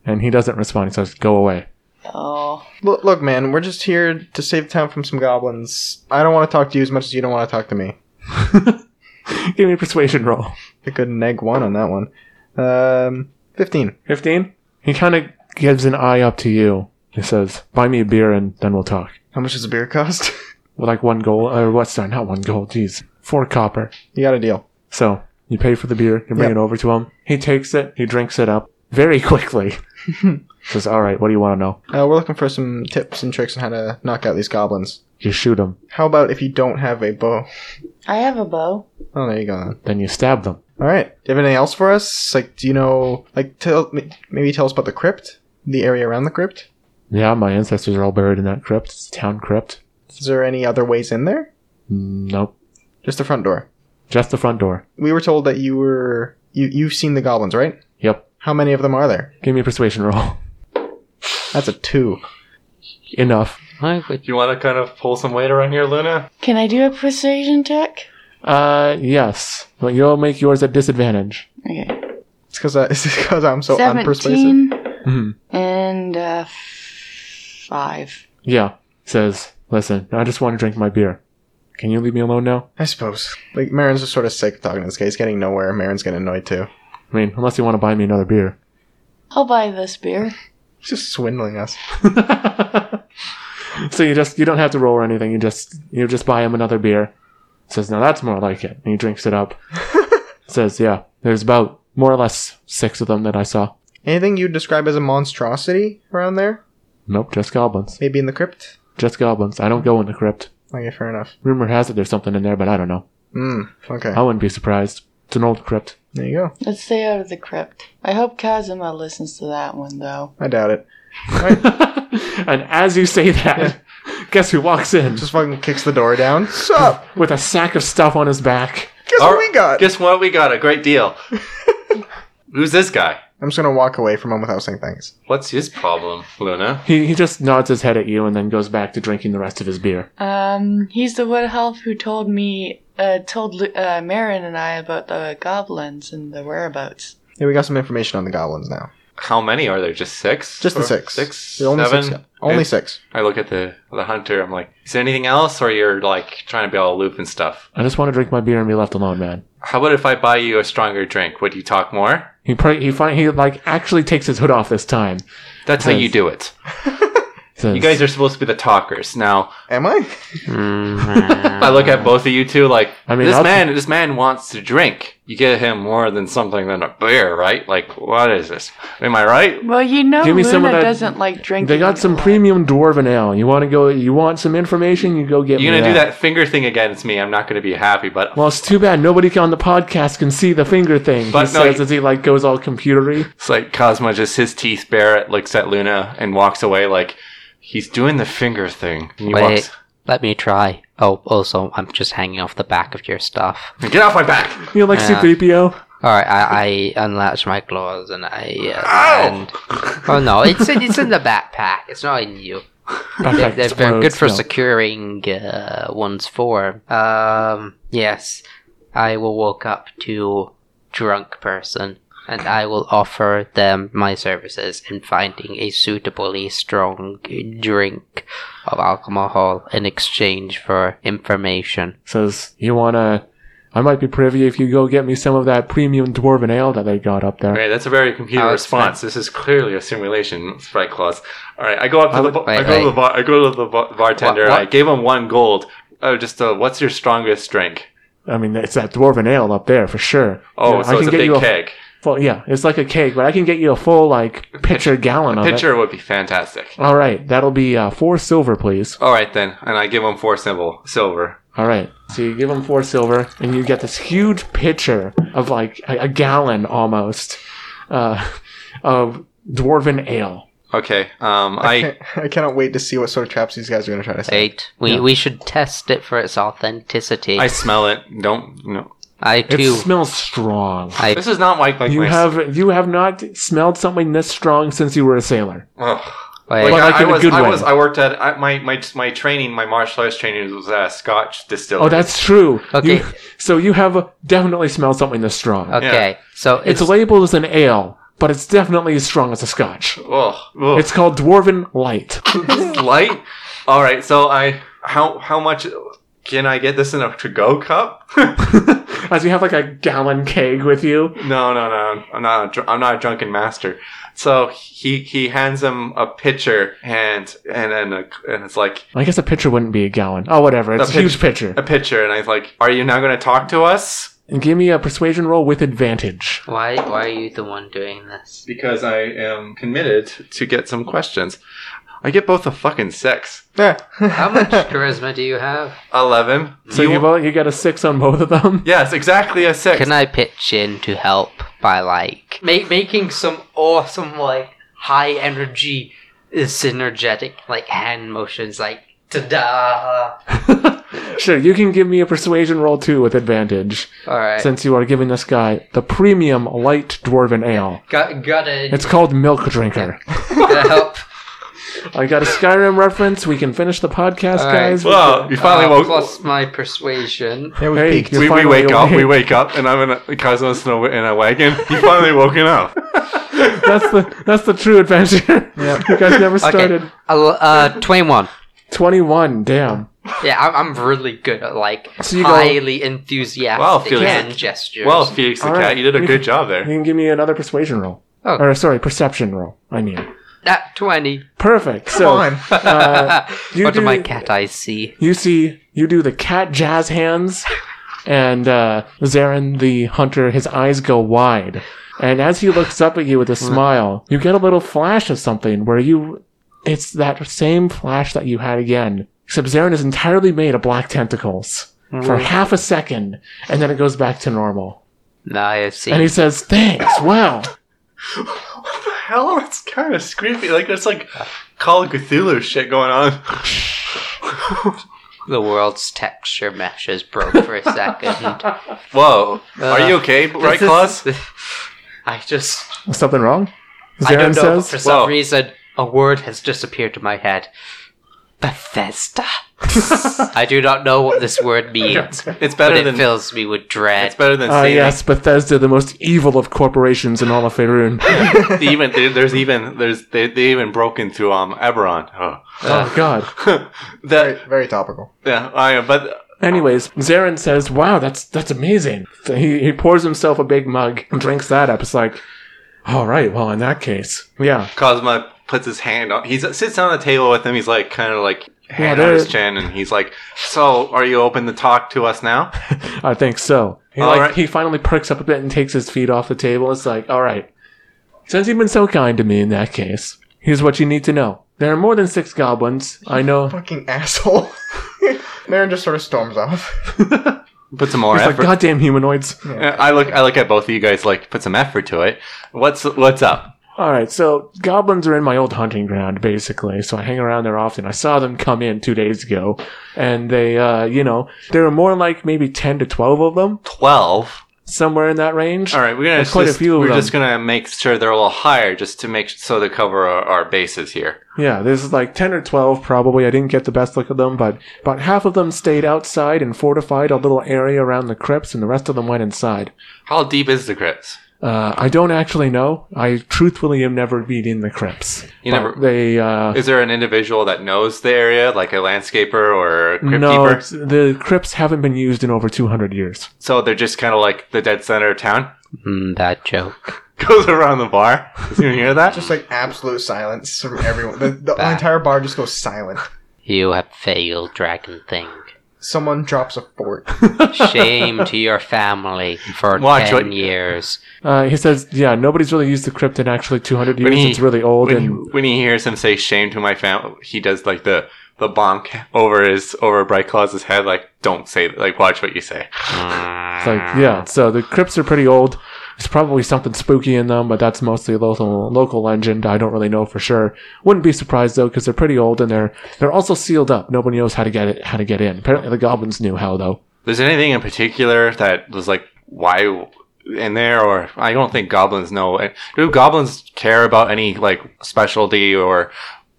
and he doesn't respond. He says, "Go away."
Oh,
Look, look, man, we're just here to save the town from some goblins. I don't want to talk to you as much as you don't want to talk to me.
Give me a persuasion roll.
A good neg one on that one. Um, fifteen.
Fifteen. He kind of gives an eye up to you. He says, "Buy me a beer, and then we'll talk."
How much does a beer cost?
With like one gold or what's that? Not one gold. Jeez, four copper.
you got a deal.
So you pay for the beer, you bring
Yep.
it over to him. He takes it, he drinks it up very quickly. Says, "All right, what do you want to know?"
Uh, we're looking for some tips and tricks on how to knock out these goblins.
You shoot him,
How about if you don't have a bow?
I have a bow.
Oh, there you go. Then.
then you stab them.
All right. Do you have anything else for us? Like, do you know? Like, tell m- maybe tell us about the crypt, the area around the crypt.
Yeah, my ancestors are all buried in that crypt. It's a town crypt.
Is there any other ways in there?
Mm, Nope,
Just the front door.
just the front door.
We were told that you were you you've seen the goblins, right?
Yep.
How many of them are there?
Give me a persuasion roll.
That's a two.
Enough.
Why would
Do you want to kind of pull some weight around here, Luna?
Can I do a persuasion check?
Uh, yes. But you'll make yours at disadvantage.
Okay.
It's because it's because Oh, I'm so unpersuasive.
17
Mhm.
and uh, f- 5.
Yeah. Says, listen, I just want to drink my beer. Can you leave me alone now?
I suppose. Like, Marin's just sort of sick of talking to this guy. He's getting nowhere. Marin's getting annoyed too.
I mean, unless you want to buy me another beer.
I'll buy this beer.
He's just swindling us.
so you just you don't have to roll or anything. You just you just buy him another beer. Says, now that's more like it. And he drinks it up. Says, yeah, there's about more or less six of them that I saw.
Anything you'd describe as a monstrosity around there?
Nope, just goblins.
Maybe in the crypt?
Just goblins. I don't go in the crypt.
Okay, fair enough.
Rumor has it there's something in there, but I don't know.
Mm, okay.
I
Oh.
wouldn't be surprised. It's an old crypt.
There you go.
Let's stay out of the crypt. I hope Kazuma listens to that one, though.
I doubt it.
and as you say that, guess who walks in
Just fucking kicks the door down. Sup?
with a sack of stuff on his back?
Guess
All
what we
right,
got?
Guess what? We got a great deal. Who's this guy?
I'm just gonna walk away from him without saying thanks.
What's his problem, Luna?
He, he just nods his head at you and then goes back to drinking the rest of his beer.
Um, he's the wood elf who told me, uh, told Lu- uh, Marin and I about the goblins and the whereabouts.
Yeah, we got some information on the goblins now.
How many are there? Just six?
Just the
Or
six.
Six?
The only
seven?
six. yeah. Only
And
six.
I look at the the hunter. I'm like, is there anything else, or you're like trying to be all aloof and stuff?
I just want to drink my beer and be left alone, man.
How about if I buy you a stronger drink? Would you talk more?
He pr- he find, he like actually takes his hood off this time.
That's how
Yes.
you do it.
Says,
You guys are supposed to be the talkers. Now
Am I?
I look at both of you two like
Uh, I mean,
this
I'll-
man. This man wants to drink. You get him more than something than a beer, right? Like what is this? Am I right?
Well, you know,
Give me
Luna
some of that-
doesn't like drinking.
They got some
a lot.
premium dwarven ale. You want to go? You want some information? You go get.
You're
me
gonna do that finger thing against me. I'm not gonna be happy, but
Well, it's too bad nobody on the podcast can see the finger thing.
But
he
no,
says
you-
as he like goes all computery.
it's like Cosmo just his teeth bare. It looks at Luna and walks away like he's doing the finger thing. And he
Wait.
walks.
Let me try. Oh, also, I'm just hanging off the back of your stuff.
Get off my back!
You know, like
Yeah.
C-3PO.
All right, I, I unlatch my claws and I. Uh,
Ow!
And, oh no, it's in, it's in the backpack. It's not in you. They're,
Perfect.
they're, they're good for
No.
securing uh, one's form. Um, yes, I will walk up to drunk person and I will offer them my services in finding a suitably strong drink of alcohol in exchange for information.
Says you wanna. I might be privy if you go get me some of that premium dwarven ale that they got up there.
All right, that's a very computer
Oh, it's
response. This is clearly a simulation, Sprite Claus. All right, I go up to
I
the
would-
bar, I
wait,
go to the
wait.
bar, I go to the bar- bartender.
What- what?
I gave him one gold. Oh, just uh, what's your strongest drink?
I mean, it's that dwarven ale up there for sure.
Oh,
Yeah,
so it's a big
you a
keg.
full. Yeah, it's like a cake, but I can get you a full like pitcher gallon of it.
Pitcher would be fantastic.
All right, that'll be uh, four silver, please.
All right then, and I give him four symbol silver.
All right. So you give him four silver, and you get this huge pitcher of like a, a gallon almost uh, of dwarven ale.
Okay, um,
I,
I
can't- I cannot wait to see what sort of traps these guys are gonna try to set.
Eight. We we should test it for its authenticity.
I
I,
smell it. Don't no.
It
too.
smells strong.
I
This is not like like
You
my-
have you have not smelled something this strong since you were a sailor.
Ugh.
wait,
Well,
I,
like
I
in a
was,
good
I
way.
was, I worked at I, my my my training, my martial arts training was at a Scotch distillery.
Oh, that's true.
Okay.
You- so you have definitely smelled something this strong.
okay. So
It's
it's,
labeled as an ale, but it's definitely as strong as a Scotch.
Oh.
Ugh, ugh.
It's called Dwarven Light.
light. All right, so I how how much can I get this in a to go cup?
As you have like a gallon keg with you.
no, no, no. I'm not. A, dr- I'm not a drunken master. So he he hands him a pitcher and and and, a, and it's like
I guess a pitcher wouldn't be a gallon. Oh, whatever. It's
A
a,
pitch-
huge pitcher.
a pitcher, and I was like, "Are you now going to talk to us?"
And give me a persuasion roll with advantage.
why why are you the one doing this?
Because I am committed to get some questions. I get both a fucking six.
Yeah.
How much charisma do you have?
Eleven.
So you, both you got a six on both of them.
Yes, exactly a six.
Can I pitch in to help by like make, making some awesome like high energy uh, synergetic like hand motions like ta-da?
Sure, you can give me a persuasion roll too with advantage,
All right,
since you are giving this guy the premium light dwarven ale.
got got to
It's called Milk Drinker.
help.
I got a Skyrim reference. We can finish the podcast,
All right.
guys.
Well, you finally
Uh,
woke.
plus my persuasion.
Yeah, we
Hey,
peaked.
you're
we, we
finally
wake up, we
awake.
wake up, and I'm in a, Cosmos in a, in a wagon. You finally woken up.
That's the that's the true adventure. you guys never started.
Okay, I'll- uh, twenty-one.
Twenty-one. Damn.
Yeah, I'm, I'm really good at like
So you go-
highly enthusiastic
Wow, Felix.
hand gestures.
Well, Felix the
All
cat,
right.
you did a
You
good job
You
there.
can give me another persuasion roll.
Oh.
Or sorry, perception roll. I mean,
that twenty.
perfect. so
Come on.
Uh, you
what do
do-
my cat eyes see?
You see, you do the cat jazz hands and uh, Zarin the hunter, his eyes go wide. And as he looks up at you with a smile, you get a little flash of something where you. It's that same flash that you had again, except Zarin is entirely made of black tentacles for
Mm-hmm.
half a second, and then it goes back to normal.
Now I see.
And he says, Thanks, wow.
What the hell? That's kind of creepy. Like it's like Call of Cthulhu shit going on.
the world's texture mesh is broke for a second.
Whoa, are you okay? Right, Claus?
This is- I just.
Something wrong?
I don't
Zarin
know. but
says,
For some
Whoa.
reason, a word has just appeared to my head. Bethesda. I do not know what this word means,
It's
but
better
it
than
fills me with dread.
it's better than
Ah,
seeing
yes, Bethesda, the most evil of corporations in all of Faerun.
even there, there's even there's they, they even broken through um Eberron. Oh.
oh, God.
That
Very, very topical.
yeah, I am. But
Anyways, Zarin says, "Wow, that's that's amazing." So he, he pours himself a big mug and drinks that up. It's like, all right, well, in that case, yeah,
Cosma puts his hand on. He sits down at the table with him. He's like kind of like hand
Yeah,
on
there-
his chin, and he's like, "So, are you open to talk to us now?"
I think so. He,
All
like,
right.
he finally perks up a bit and takes his feet off the table. It's like, all right, since you've been so kind to me, in that case, here's what you need to know. There are more than six goblins. I know.
Fucking asshole. Marin just sort of storms off.
Put some more
It's like
effort.
goddamn humanoids.
Yeah, I look. I look at both of you guys. Like, put some effort to it. What's what's up?
All right, so goblins are in my old hunting ground, basically. So I hang around there often. I saw them come in two days ago, and they, uh, you know, there are more like maybe ten to twelve of them,
Twelve.
somewhere in that range.
All right, we're gonna
There's quite a
just,
few of
we're
them.
just gonna make sure they're a little higher, just to make so to cover our, our bases here.
Yeah, there's like ten or twelve probably. I didn't get the best look at them, but about half of them stayed outside and fortified a little area around the crypts, and the rest of them went inside.
How deep is the crypt?
Uh, I don't actually know. I truthfully have never been in the crypts.
You
But
never-
They uh,
Is there an individual that knows the area, like a landscaper or a crypt
no,
keeper?
it's- the crypts haven't been used in over two hundred years.
So they're just kind of like the dead center of town.
Mm, that joke.
Goes around the bar. Did you hear that?
Just like absolute silence from everyone. The, the
Bad.
entire bar just goes silent.
You have failed, Dragon Thing.
Someone drops a fork.
Shame to your family for
Watch
ten
what-
years.
Uh, he says, "Yeah, nobody's really used the crypt in actually 200 years.
he-
it's really old."
when, he,
And
when he hears him say "shame to my family," he does like the the bonk over his over Bright Claw's head. Like, don't say that. Like, watch what you say.
it's like, yeah. So the crypts are pretty old. There's probably something spooky in them, but that's mostly local local legend. I don't really know for sure. Wouldn't be surprised though, because they're pretty old and they're they're also sealed up. Nobody knows how to get it how to get in. Apparently, the goblins knew how though.
There's anything in particular that was like why in there, or I don't think goblins know. Do goblins care about any like specialty or?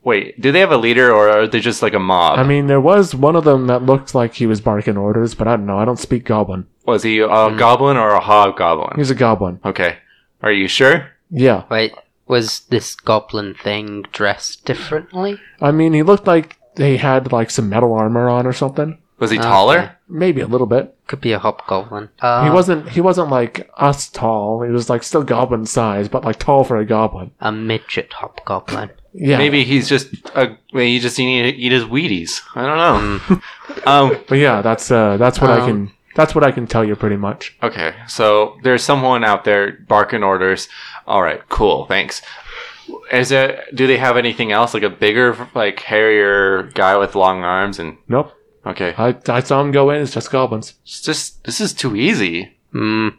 Wait, do they have a leader or are they just like a mob?
I mean, there was one of them that looked like he was barking orders, but I don't know. I don't speak goblin.
Was he a
mm.
goblin or a hobgoblin?
He's a goblin.
Okay. Are you sure?
Yeah.
Wait, was this goblin thing dressed differently?
I mean, he looked like they had like some metal armor on or something.
Was he
Okay.
taller?
Maybe a little bit.
Could be a hobgoblin. Uh,
He wasn't. He wasn't like us tall. He was like still goblin size, but like tall for a goblin.
a midget hobgoblin.
Yeah,
Maybe he's just a. Maybe he just need to eat his Wheaties. I don't
Mm.
know. um.
But yeah, that's uh, that's what I
Um,
can. That's what I can tell you pretty much.
Okay. So there's someone out there barking orders. All right. Cool. Thanks. Is there? Do they have anything else like a bigger, like hairier guy with long arms and?
Nope.
Okay.
I I saw him go in. It's just goblins.
It's just this is too easy.
Mm,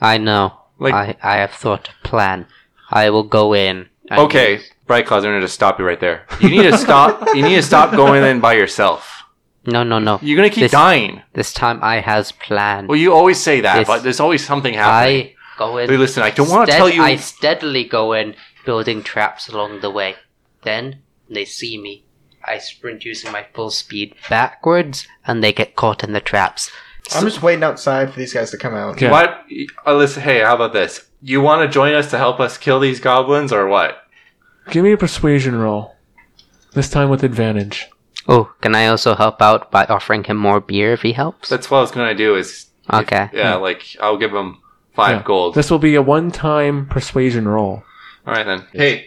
I know.
Like-
I, I have thought a plan. I will go in. and-
Okay, Bright Claws, I'm gonna just stop you right there. You need to stop. you need to stop going in by yourself.
No, no, no.
You're gonna keep
This-
dying.
This time I has plan.
Well, you always say that,
Yes.
but there's always something happening.
I go in.
Hey, listen, I don't want to
stead-
tell you.
I steadily go in, building traps along the way. Then they see me. I sprint using my full speed backwards, and they get caught in the traps.
I'm just waiting outside for these guys to come out.
Yeah.
What? Uh, listen, hey, how about this? You want to join us to help us kill these goblins, or what?
Give me a persuasion roll. This time with advantage.
Oh, can I also help out by offering him more beer if he helps?
That's what I was gonna do. Is
okay.
yeah, like I'll give them five
Yeah.
gold.
This will be a one-time persuasion roll.
All right then. Hey,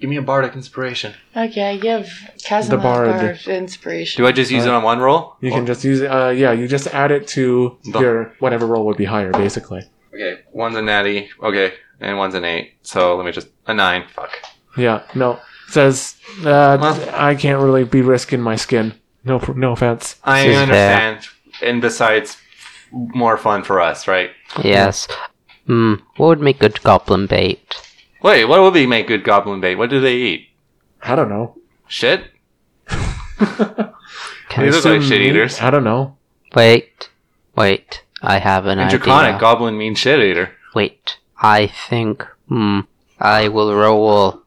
Give me a bardic inspiration.
Okay, give Kazuma
The bard.
Bar of Inspiration.
Do I just use it on one roll?
You can just use it. Uh, yeah, you just add it to
Oh. The-
your whatever roll would be higher, basically.
Okay, one's a natty. Okay, and one's an eight. So let me just a nine. Fuck.
Yeah, no. Says, uh,
Well-
I can't really be risking my skin. No, pr- no offense.
I
This is
understand. And besides, more fun for us, right?
Yes. Hmm. What would make good goblin bait?
Wait, what would be make good goblin bait? What do they eat?
I don't know.
Shit.
Can
They look like
Assume
shit
me-
eaters.
I don't know.
Wait, wait. I have an
And
idea.
draconic goblin means shit eater.
Wait, I think. Hmm. I will roll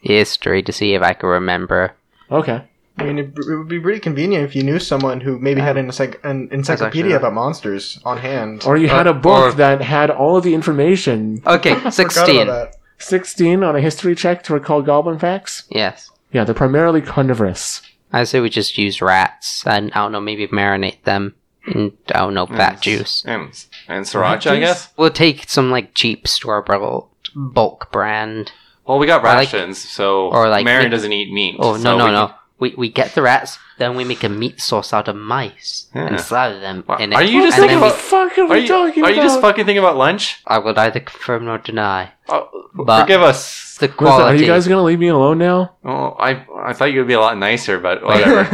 history to see if I can remember.
Okay.
I mean, it, it would be pretty convenient if you knew someone who maybe had an, encyc- an encyclopedia
actually-
about monsters on hand.
Or you had
Uh,
a book
or-
that had all of the information.
Okay,
Forgot
sixteen.
about that.
16 on a history check to recall goblin facts.
Yes,
Yeah, they're primarily carnivorous.
I say we just use rats, and I don't know, maybe marinate them. And I don't know, fat juice.
And, and sriracha, I
juice?
guess.
We'll take some like cheap store bottle bulk brand.
Well, we got
Or like-
rations, so
or like
Marin
meat-
doesn't eat meat.
Oh no
so
no
we
no! We we get the rats, then we make a meat sauce out of mice
Yeah.
and slather them
Wha-
in it.
are you just
and
thinking
then
What
we,
the fuck are,
Can, are
we
you,
talking
are
about?
you just fucking thinking about lunch?
I would either confirm nor deny.
Oh,
But-
forgive us.
It's the
Listen, are
quality.
you guys gonna leave me alone now?
Oh, I I thought you would be a lot nicer, but whatever.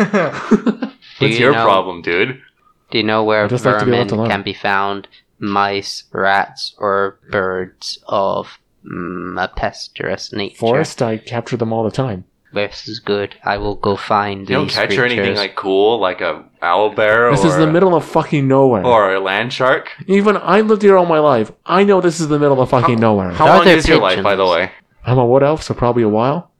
Do
It's
you
your
know-
problem, dude.
Do you know where
I'd just like to be
vermin
left alone.
can be found? Mice, rats, or birds of mm, a pesterousness nature.
Forest, I capture them all the time.
This is good. I will go find
You don't
these
catch or anything
creatures.
like cool, like a owl bear
This
or
is the middle of fucking nowhere.
or a land shark.
Even I lived here all my life. I know this is the middle of fucking nowhere.
How
Are
long
there
is your life, by the
pigeons?
way?
I'm a what elf, so probably a while.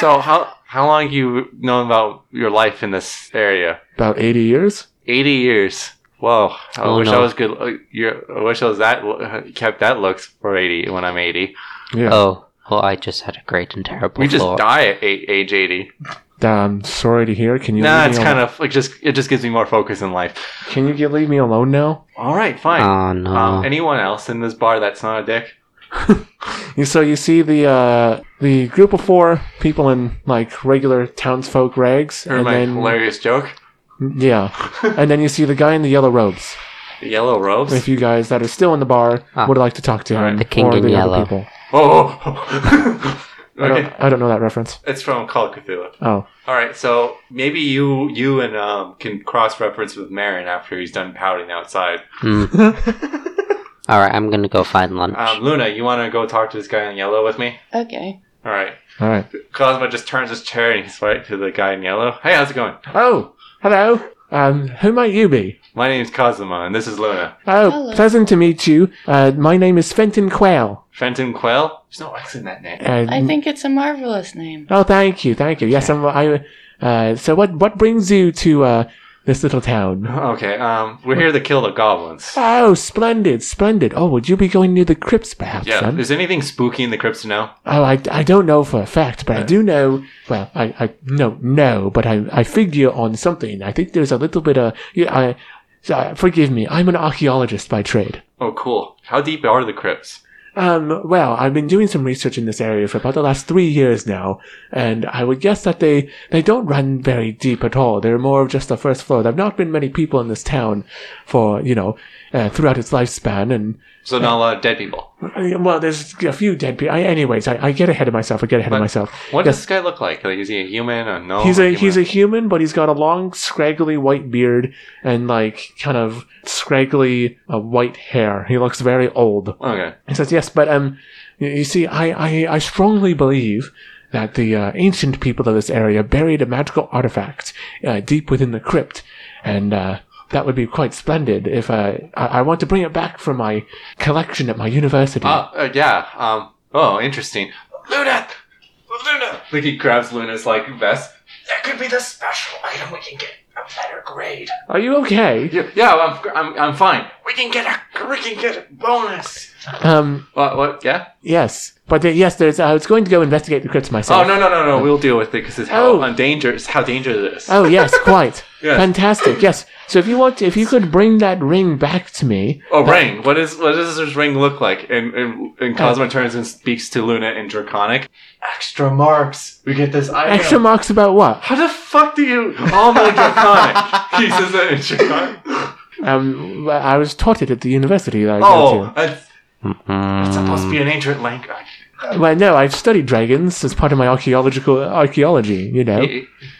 So how how long you known about your life in this area?
About 80 years.
Eighty years. Whoa! I
Oh,
wish I
no.
was good. uh, you're- I wish I was that uh, kept that looks for eighty when I'm eighty.
Yeah.
Uh,
Oh, well, I just had a great and terrible
We just
thought.
die at eight, age eighty.
I'm sorry to hear. Can you?
nah,
leave
it's
me
kind
alone?
of like just it just gives me more focus in life.
Can you get, leave me alone now?
All right, fine.
Oh no!
Uh-huh.
um, anyone else in this bar that's not a dick?
You- So you see the uh, the group of four people in like regular townsfolk rags,
Heard
and
my
then
hilarious joke.
yeah, and then you see the guy in the yellow robes.
The yellow robes.
If you guys that are still in the bar
Ah.
would like to talk to him,
The king
or
in
the
yellow.
other people.
oh. oh, oh.
I,
okay.
don't, I don't know that reference.
It's from Call of Cthulhu.
Oh,
All right, so maybe you you and um can cross reference with Marin after he's done pouting outside.
Hmm. All right, I'm gonna go find lunch.
Um, Luna, you want to go talk to this guy in yellow with me?
Okay.
All right.
all right.
Cosmo just turns his chair and he's right to the guy in yellow. Hey, how's it going?
Oh, hello. Um, who might you be?
My name's Cosmo and this is Luna.
Oh,
Hello.
pleasant to meet you. Uh, my name is Fenton Quayle.
Fenton Quail. There's no X in that name.
Uh,
I think it's a marvelous name.
Oh, thank you, thank you. Yes, I'm. I. Uh, so what? What brings you to uh, this little town?
Okay. Um, we're here to kill the goblins.
Oh, splendid, splendid. Oh, would you be going near the crypts, perhaps?
Yeah.
son?
Is anything spooky in the crypts now?
Oh, I, I don't know for a fact, but I do know. Well, I, I no no, but I I figure on something. I think there's a little bit of yeah. I, so, uh, forgive me. I'm an archaeologist by trade.
Oh, cool. How deep are the crypts?
Um, well, I've been doing some research in this area for about the last three years now, and I would guess that they, they don't run very deep at all. They're more of just the first floor. There have not been many people in this town for, you know, uh, throughout its lifespan, and,
So not a lot of dead people.
uh, well, there's a few dead people. I, anyways, I, I get ahead of myself. I get ahead
But
of myself.
What
Yes.
does this guy look like? Like, is he a human or no?
He's a
human?
he's a human, but he's got a long, scraggly white beard and like kind of scraggly uh, white hair. He looks very old.
okay.
He says, "Yes, but um, you- you see, I I, I strongly believe that the uh, ancient people of this area buried a magical artifact uh, deep within the crypt, and uh, that would be quite splendid. If uh, I, I want to bring it back for my collection at my university.
Uh, uh, yeah. Um. Oh, interesting. Luna, Luna. Like he grabs Luna's like vest. That could be the special item we can get a better grade.
Are you okay?
Yeah, yeah I'm, I'm, I'm fine. We can get a, we can get a bonus.
Um,
What? What? Yeah.
yes, but uh, yes, there's. I was going to go investigate the crypts myself.
Oh no no no no. We'll deal with it because it's how
Oh.
oh. dangerous. How dangerous it is.
Oh yes, quite.
Yeah.
Fantastic. Yes. So if you want, if you could bring that ring back to me,
A Oh, ring. What is what does this ring look like? And and, and Cosmo turns and speaks to Luna in Draconic. Extra marks. We get this item.
extra marks about what?
How the fuck do you? Oh my Draconic. he says that in Draconic.
Um, I was taught it at the university that I
Oh,
go
that's, that's
Hmm.
supposed to be an ancient language.
to. Well, no, I've studied dragons as part of my archaeological archaeology. You know.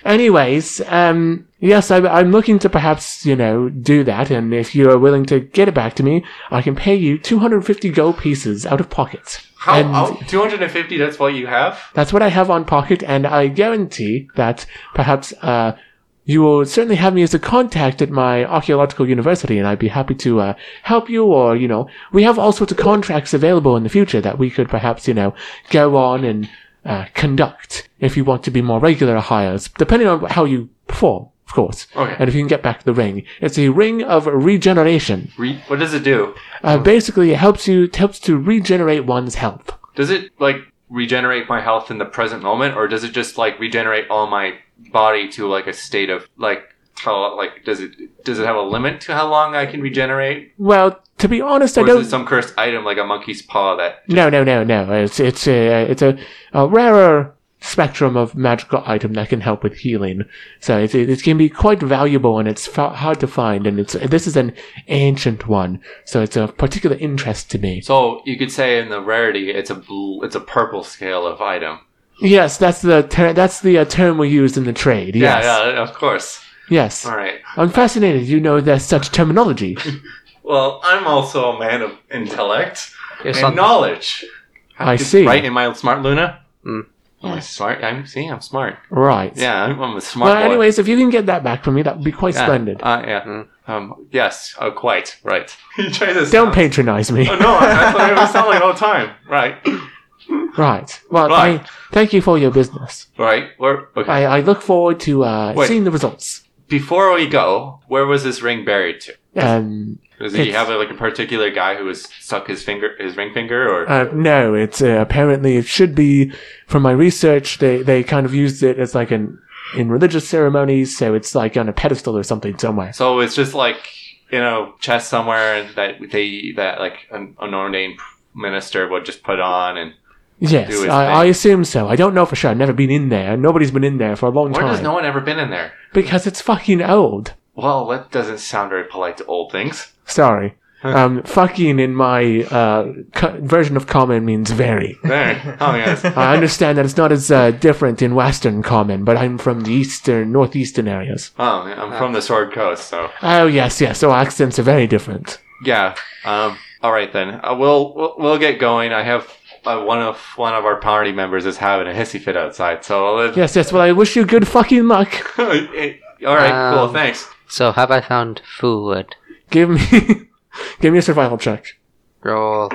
Anyways, um, yes, I, I'm looking to perhaps you know do that, and if you are willing to get it back to me, I can pay you 250 gold pieces out of pocket.
How?
And-
how 250. That's what you have.
That's what I have on pocket, and I guarantee that perhaps uh, you will certainly have me as a contact at my archaeological university, and I'd be happy to uh, help you. Or you know, we have all sorts of contracts available in the future that we could perhaps you know go on and uh, conduct if you want to be more regular hires, depending on how you perform, of course.
Okay.
And if you can get back the ring, it's a ring of regeneration.
Re- what does it do?
Uh, basically, it helps you it helps to regenerate one's health.
Does it like regenerate my health in the present moment, or does it just like regenerate all my body to like a state of like how like does it does it have a limit to how long I can regenerate,
Well, to be honest, I
or
don't.
is it some cursed item like a monkey's paw that?
No, no, no, no. It's it's a it's a, a rarer spectrum of magical item that can help with healing. So it it, it can be quite valuable and it's fa- hard to find. And it's this is an ancient one, so it's of particular interest to me.
So you could say in the rarity, it's a bl- it's a purple scale of item.
Yes, that's the ter- that's the uh, term we use in the trade. Yes,
Yeah, yeah, of course.
yes.
All right.
I'm fascinated. You know, there's such terminology.
Well, I'm also a man of intellect
There's
and
something.
knowledge.
I see.
Right? Am I smart, Luna?
Mm.
Am I
Yes.
smart? I'm see. I'm smart.
right.
Yeah, I'm, I'm a smart
Well,
boy.
anyways, if you can get that back from me, that would be quite
Yeah,
splendid.
Uh, yeah. Um, yes. Oh, quite right. you try this.
Mm. Don't patronize me.
Oh no! I, I thought it was selling all the time. Right.
Right. Well,
Right.
I thank you for your business.
Right. We're, okay.
I, I look forward to uh,
Wait.
seeing the results.
Before we go, where was this ring buried to?
Um,
Does he
It's-
have like a particular guy who has stuck his finger, his ring finger, or
uh, no, it's uh, apparently it should be. From my research, they they kind of used it as like an in religious ceremonies, so it's like on a pedestal or something somewhere.
so? It's just like you know, chest somewhere that they that like an, an ordained minister would just put on. And Do
Yes,
his
I, I
thing.
assume so. I don't know for sure. I've never been in there. Nobody's been in there for a long
where
time
has no one ever been in there?
because it's fucking old.
Well, that doesn't sound very polite to old things.
Sorry.
Huh.
Um, fucking in my uh, co- version of common means very.
There. Oh yes.
I understand that it's not as uh, different in Western common, but I'm from the eastern, northeastern areas.
Oh, I'm from the Sword Coast, so
Oh yes, yes. So accents are very different.
yeah. Um, all right then. Uh, we'll, we'll we'll get going. I have uh, one of one of our party members is having a hissy fit outside, so I'll let-
Yes, yes. Well, I wish you good fucking luck.
all right. cool.
Um,
Thanks.
So have I found food?
Give me, give me a survival check.
Roll.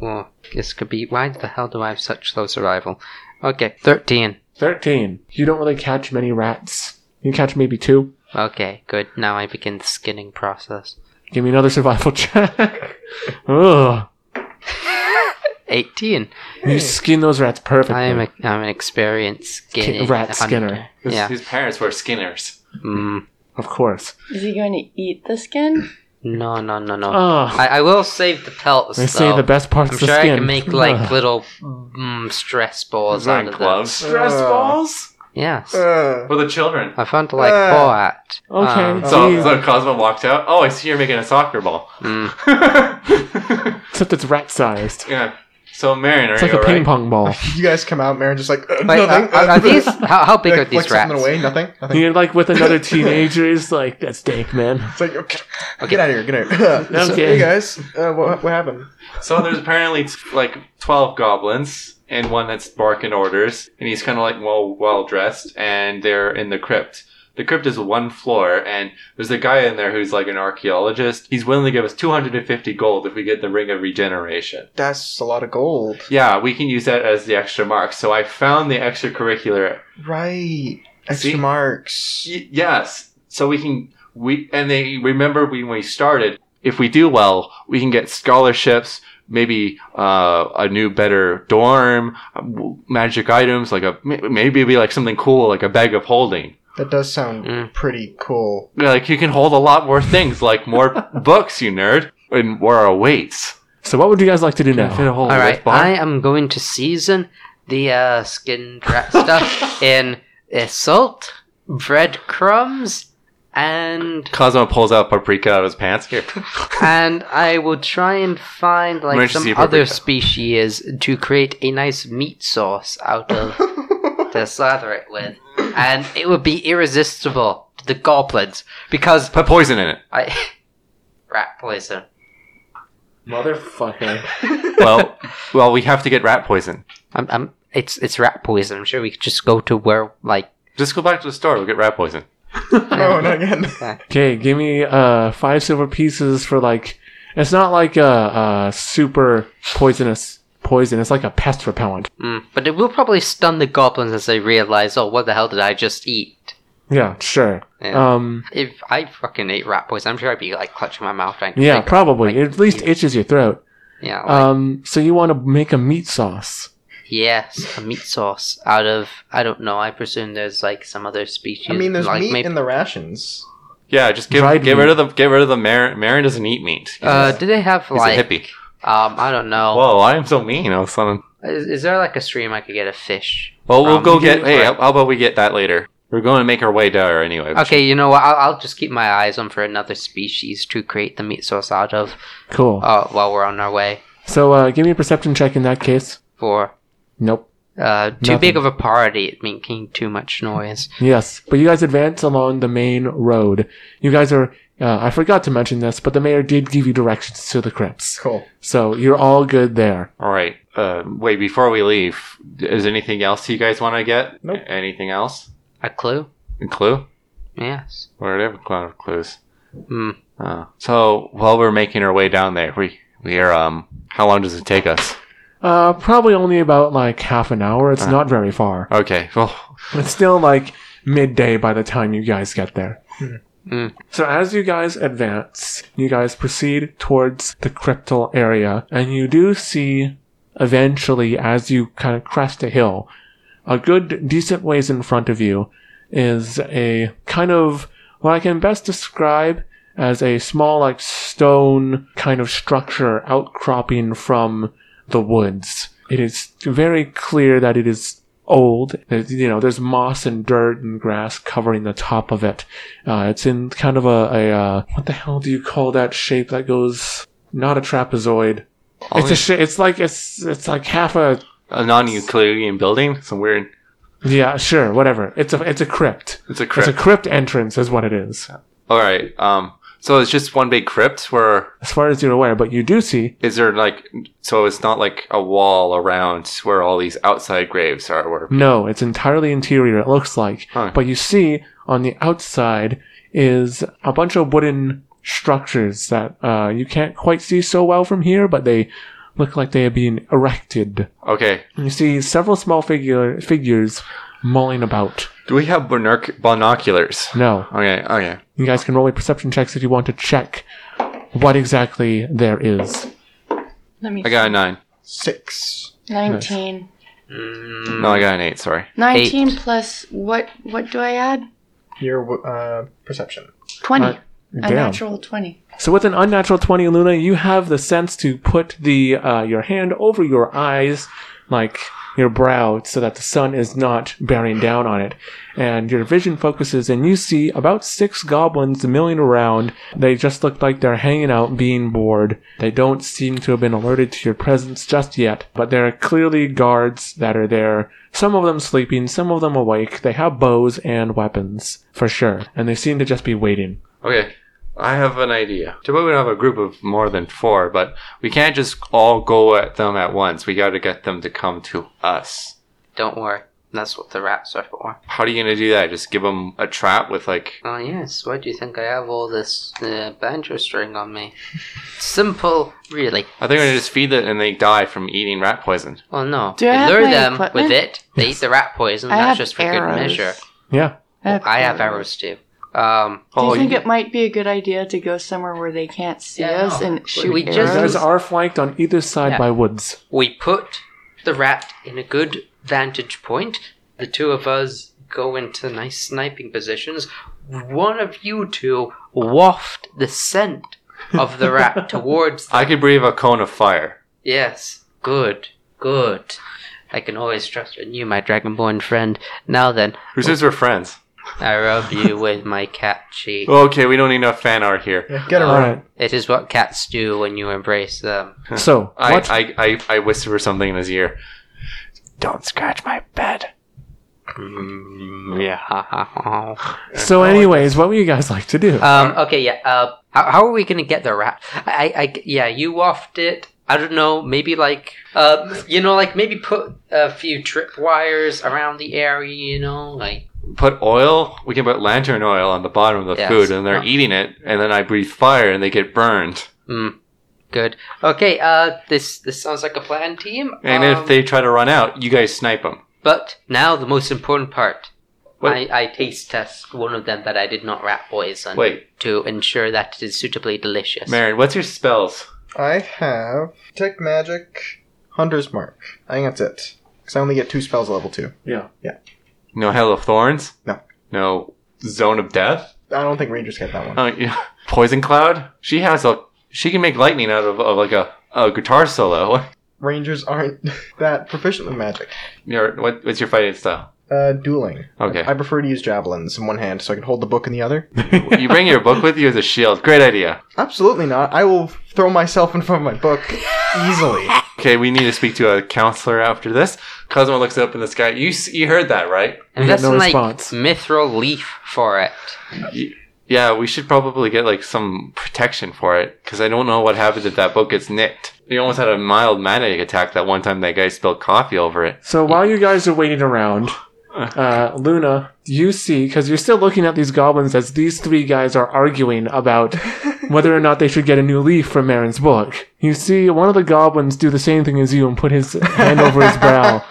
Oh, this could be. Why the hell do I have such low survival? Okay, thirteen.
Thirteen. You don't really catch many rats. You catch maybe two.
Okay, good. Now I begin the skinning process.
Give me another survival check. Ugh.
Eighteen.
You skin those rats perfectly.
I am a, I'm an experienced skinner.
rat skinner.
His,
Yeah.
his parents were skinners.
Mm.
of course.
Is he going to eat the skin?
No, no, no, no.
Ah,
I, I will save the pelts.
they say
though.
the best parts
I'm
of the
sure I
skin.
can make like
Ugh.
little mm, stress balls out
Wearing
of
gloves.
gloves.
Stress
Uh.
balls
Yes,
Uh,
for the children.
I found like
Uh,
four at.
okay.
Um,
So,
Oh, Yeah.
so Cosmo walked out. Oh, I see you're making a soccer ball.
mm.
except it's rat sized.
yeah. So Marion, are
It's
you
like a
all
ping
right?
pong ball.
you guys come out, Marin, just like uh,
Wait, are,
nothing.
are-
uh,
are these? How, how big
like,
are these
flicks something
rats?
Away, nothing. Nothing.
You're like with another teenager. It's like that's dank, man.
It's like oh, get, get out of here. Get out. Of here. So,
Okay.
hey guys, uh, what, what happened?
So there's apparently t- like twelve goblins and one that's barking orders, and he's kind of like well well dressed, and they're in the crypt. The crypt is one floor, and there's a guy in there who's like an archaeologist. He's willing to give us 250 gold if we get the Ring of Regeneration.
That's a lot of gold.
Yeah, we can use that as the extra mark. So I found the extracurricular.
Right. Extra
See?
marks.
Y- yes, so we can we and they remember when we started. If we do well, we can get scholarships, maybe uh, a new, better dorm, um, magic items, like a may- maybe it'd be like something cool, like a bag of holding.
That does sound
Mm.
pretty cool.
You're Like you can hold a lot more things, like more books, you nerd, and more our weights.
So what would you guys like to do
You can
now?
hold this
All right,
bar.
I am going to season the uh, skin dra- stuff in uh, salt, breadcrumbs, and
Cosmo pulls out paprika out of his pants. Here,
and I will try and find like
Emergency
some
paprika.
other species to create a nice meat sauce out of
Oh,
to slather it with, and it would be irresistible to the goblins because
put poison in it.
I rat poison.
Motherfucker.
Well, well, we have to get rat poison.
I'm, I'm it's it's rat poison. I'm sure we could just go to where like
Just go back to the store. We'll get rat poison.
No, not again.
Okay, give me uh five silver pieces for like it's not like a, a super poisonous poison. It's like a pest repellent.
Mm, but it will probably stun the goblins as they realize, oh, what the hell did I just eat?
Yeah, sure.
Yeah.
Um,
If I fucking ate rat poison, I'm sure I'd be like clutching my mouth. And
yeah,
like,
probably.
like,
It at least itches your throat.
yeah, like,
Um, so you want to make a meat sauce?
yes, a meat sauce out of I don't know. I presume there's like some other species.
I mean, there's
like,
meat
maybe-
in the rations.
Yeah, just give,
Dried
get
meat.
rid of the get rid of the Marin. Marin doesn't eat meat.
Uh, do they have
He's
like
a hippie.
um? I don't know.
Whoa, I am so mean, all of a sudden.
is, is there like a stream I could get a fish?
Well, we'll
Um,
go
you
get.
do-
Hey, how how about we get that later? We're going to make our way there anyway.
Okay, you know what? I'll, I'll just keep my eyes on for another species to create the meat sauce out of.
Cool.
Uh, while we're on our way
So uh, give me a perception check in that case.
for
Nope.
Uh, too
Nothing.
big of a party, making too much noise.
Yes, but you guys advance along the main road. You guys are. Uh, I forgot to mention this, but the mayor did give you directions to the crypts,
Cool.
so you're all good there.
All right. Uh, wait, before we leave, is there anything else you guys want to get?
Nope.
Anything else?
A clue?
A clue?
Yes.
Where are a lot of clues?
Hmm.
Uh, so while we're making our way down there, we we are. Um, how long does it take us?
Uh, probably only about like half an hour. It's
Ah.
not very far.
Okay. Well,
It's still like midday by the time you guys get there.
Mm.
So as you guys advance, you guys proceed towards the cryptal area, and you do see eventually as you kind of crest a hill, a good decent ways in front of you is a kind of what I can best describe as a small like stone kind of structure outcropping from the woods. It is very clear that it is old. There's, you know, there's moss and dirt and grass covering the top of it. Uh, it's in kind of a, a uh, what the hell do you call that shape that goes? Not a trapezoid. It's a
only
sh- It's like it's it's like half a
a non-Euclidean building. Some weird.
yeah sure whatever. It's a it's a crypt.
It's a crypt.
It's a crypt entrance is what it is,
All right. Um. So it's just one big crypt. Where
as far as you're aware. But you do see
is there like? So it's not like a wall around where all these outside graves are. Where
no. It's entirely interior. It looks like,
Huh.
but you see on the outside is a bunch of wooden structures that uh, you can't quite see so well from here, but they look like they are being erected.
Okay.
You see several small figure figures mulling about.
Do we have binoc- binoculars?
No,
Okay. Okay.
you guys can roll a perception checks if you want to check what exactly there is.
Let me.
I got a nine.
Six.
19.
Mm,
No, I got an eight. Sorry.
19 plus what? What do I add?
Your uh, perception.
20.
Uh,
a natural 20.
So with an unnatural 20, Luna, you have the sense to put the uh, your hand over your eyes, like your brow, so that the sun is not bearing down on it. And your vision focuses, and you see about six goblins milling around. They just look like they're hanging out, being bored. They don't seem to have been alerted to your presence just yet, but there are clearly guards that are there. Some of them sleeping, some of them awake. They have bows and weapons, for sure. And they seem to just be waiting.
Okay. I have an idea. Too bad we don't have a group of more than four, but we can't just all go at them at once. We got to get them to come to us.
don't worry. That's what the rats are for.
How are you gonna do that? Just give them a trap with like.
Oh, yes. Why do you think I have all this uh, banjo string on me? Simple, really.
I think we're gonna just feed it and they die from eating rat poison.
Well, no.
Do I
you
have
lure
my
them
equipment?
with it, they eat the rat poison.
I have
That's just for
arrows.
good measure.
Yeah.
I have arrows too. Um,
Do
Oh,
you think
you-
it might be a good idea to go somewhere where they can't see
Yeah,
us
no.
and shoot
We
arrows?
just-
You guys are flanked on either side
Yeah.
by woods.
We put the rat in a good vantage point. The two of us go into nice sniping positions, one of you two waft the scent of the rat towards.
I could breathe a cone of fire.
Yes, good, good. I can always trust in you, my dragonborn friend. Now then,
Who says we're friends?
I rub you with my cat cheek.
Okay, we don't need enough fan art here.
Yeah, get
All
around.
right.
It is what cats do when you embrace them.
So
I,
what?
I, I, I whisper something in his ear. Don't scratch my bed. Mm, yeah.
so, anyways, what would you guys like to do?
Um, okay, yeah. Uh, how, how are we gonna get the rat? I, I, I- yeah, you waft it. I don't know. Maybe like, uh, you know, like maybe put a few trip wires around the area. You know, like
Put oil. We can put lantern oil on the bottom of the
Yes.
food, and they're
Oh.
eating it. And then I breathe fire, and they get burned.
good. Okay. Uh, this this sounds like a plan, team.
And
Um,
if they try to run out, you guys snipe them.
but now the most important part.
What?
I, I taste test one of them that I did not rat poison
Wait,
to ensure that it is suitably delicious.
Marin, what's your spells?
I have Tech Magic, Hunter's Mark. I think that's it. Because I only get two spells at level two.
yeah.
No Hell of Thorns?
No.
No Zone of Death?
I don't think Rangers get
Uh.
that one.
Oh, yeah. Poison Cloud? She has a. She can make lightning out of, of like a, a guitar solo.
Rangers aren't that proficient with magic.
Your- what, what's your fighting style?
Uh, dueling.
Okay.
I prefer to use javelins in one hand so I can hold the book in the other.
you bring your book with you as a shield. Great idea.
Absolutely not. I will throw myself in front of my book easily.
Okay, we need to speak to a counselor after this. Cosmo looks up in the sky. You s- you heard that, right?
And
We
that's
get no
like
response.
mithril leaf for it.
Y- Yeah, we should probably get like some protection for it because I don't know what happens if that book gets nicked. You almost had a mild manic attack that one time that guy spilled coffee over it.
So while you guys are waiting around, uh, Luna, you see, because you're still looking at these goblins as these three guys are arguing about whether or not they should get a new leaf from Marin's book. You see one of the goblins do the same thing as you and put his hand over his brow.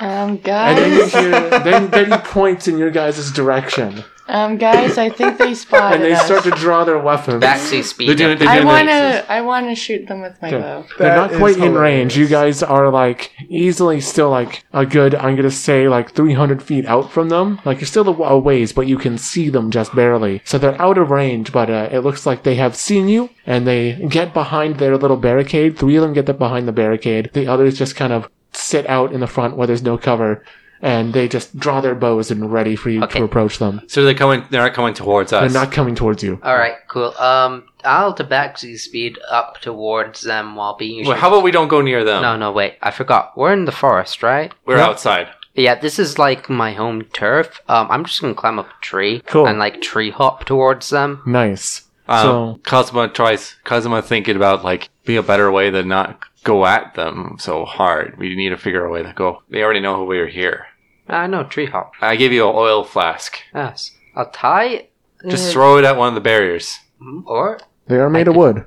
Um,
And then you
guys,
hear, then, then he points in your guys' direction.
um, guys, I think they spotted
And they
us.
start to draw their weapons.
Backseat speed.
They're doing it. They're
I
doing
want
it.
to. I want to shoot them with my
Okay.
bow.
They're
That
not quite
is
in range.
hilarious.
You guys are like easily still like a good, I'm going to say like 300 feet out from them. Like you're still a a ways, but you can see them just barely. So they're out of range, but uh, it looks like they have seen you and they get behind their little barricade. Three of them get the, behind the barricade. The others just kind of sit out in the front where there's no cover and they just draw their bows and ready for you
Okay.
to approach them.
So they're coming. They're not coming towards
They're
us.
not coming towards you.
All right, cool. Um, I'll to backseat speed up towards them while being.
Well, how about we don't go near them?
no, no, wait. I forgot. We're in the forest, right?
We're
No.
outside.
Yeah, this is like my home turf. Um, I'm just gonna climb up a tree
Cool.
and like tree hop towards them.
Nice.
Um,
So-
Cosmo tries. Cosmo thinking about like being a better way than not go at them so hard. We need to figure a way to go. They already know who we are here.
Ah, no, tree hop.
I gave you an oil flask.
Yes, I'll tie.
Just
Mm-hmm.
throw it at one of the barriers.
Or
They are made of wood.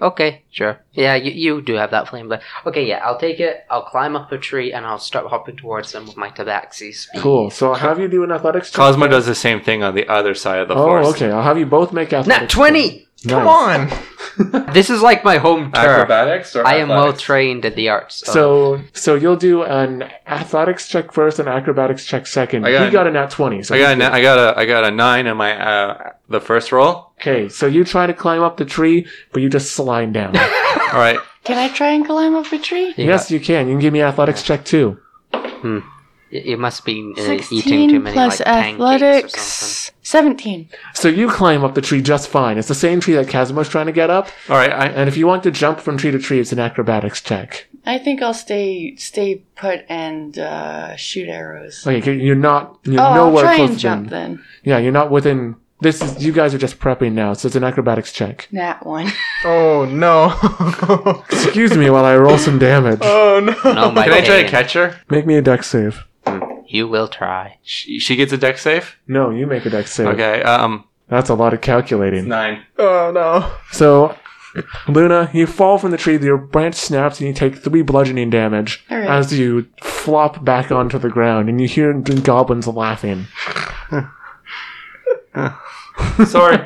okay, sure. Yeah, you you do have that flame, but okay, yeah, I'll take it. I'll climb up a tree and I'll start hopping towards them with my tabaxi speed.
Cool. So I'll have you do an athletics check.
Cosmo does the same thing on the other side of the
Oh,
forest.
okay. I'll have you both make athletics.
Nat twenty.
Come
Nice.
on!
This is like my home turf.
Acrobatics or
I am well
athletics?
trained in the arts. of-
So, so you'll do an athletics check first, an acrobatics check second.
I got
he
it.
got a nat twenty. So
I got a, I got a I got a nine on my uh, the first roll.
okay. So you try to climb up the tree, but you just slide down.
All right,
Can I try and climb up a tree?
you
yes, you can. You can give me athletics check too.
Y- You must be uh, eating too
Sixteen
many
plus
like pancakes or
athletics.
something.
Seventeen.
So you climb up the tree just fine. It's the same tree that Casimir's trying to get up.
all right. I,
And if you want to jump from tree to tree, it's an acrobatics check.
I think I'll stay stay put and uh, shoot arrows.
Okay, you're not. You're
oh, I'll
nowhere
try
close.
and jump
within-
then.
Yeah, you're not within. This is you guys are just prepping now, so it's an acrobatics check.
That one.
Oh no!
Excuse me while I roll some damage.
oh no!
No, my
can I try to
pain.
catch her?
Make me a dex save.
You will try.
She, she gets a deck safe.
No, you make a dex save.
Okay. Um,
That's a lot of calculating.
nine.
Oh no!
So, Luna, you fall from the tree, your branch snaps, and you take three bludgeoning damage
All right.
as you flop back onto the ground, and you hear the goblins laughing.
Sorry.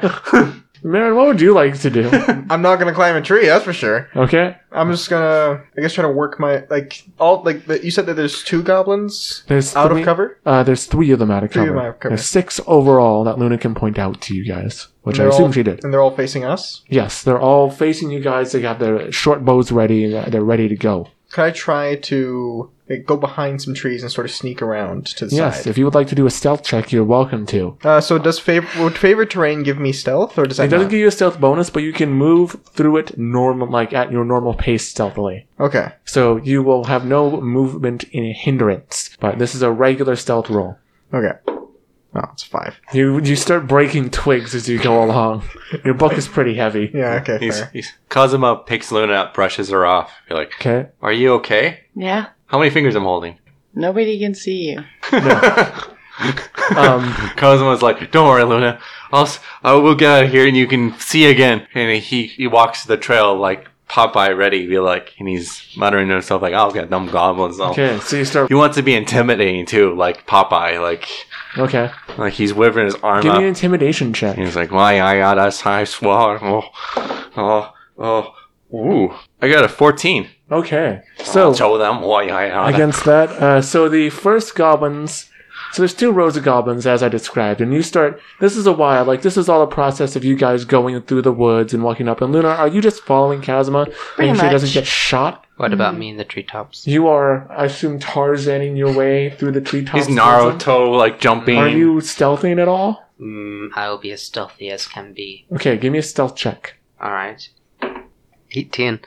Marin, what would you like to do?
I'm not gonna climb a tree, that's for sure.
Okay.
I'm just gonna, I guess, try to work my like all like the, you said that there's two goblins
There's
out
three,
of cover.
Uh, there's three of them out of
Three of
cover.
them out of cover.
There's six overall that Luna can point out to you guys, which
And
I
they're
assume
all-
she did.
and they're all facing us.
Yes, they're all facing you guys. They got their short bows ready. and They're ready to go.
Could I try to like, go behind some trees and sort of sneak around to the
Yes,
side?
if you would like to do a stealth check, you're welcome to.
Uh, so does favor would favorite terrain give me stealth or does
It
that
doesn't
not?
give you a stealth bonus, but you can move through it normal, like at your normal pace stealthily.
okay?
So you will have no movement in hindrance. But this is a regular stealth roll.
Okay. Oh, it's a five.
You you start breaking twigs as you go along. Your book is pretty heavy.
Yeah. Okay.
He's,
fair.
he's Cosimo picks Luna up, brushes her off. You're like,
Okay.
"Are you okay?
Yeah.
How many fingers I'm holding?"
Nobody can see you.
Um,
Cosimo's like, "Don't worry, Luna. I'll s- I will get out of here, and you can see again." And he he walks the trail like Popeye, ready. Be like, and he's muttering to himself like, "I'll get them goblins." I'll-"
okay. So you start.
He wants to be intimidating too, like Popeye. Like
Okay.
like he's waving his arm
Give
up.
me an intimidation check.
He's like, why I got us high swore. Oh, oh, oh, ooh. I got a 14.
Okay. So
Show them why I got us.
against that. Uh, so the first goblins. So there's two rows of goblins, as I described, and you start. This is a while. Like this is all a process of you guys going through the woods and walking up. And Luna, are you just following Kazma,
Pretty
making sure he doesn't
much.
get shot?
What
Mm.
about me in the treetops?
You are, I assume, Tarzaning your way through the treetops.
He's
Tarzan?
Naruto, like jumping.
Are you stealthing at all?
Mm, I will be as stealthy as can be.
Okay, give me a stealth check.
All right. 18.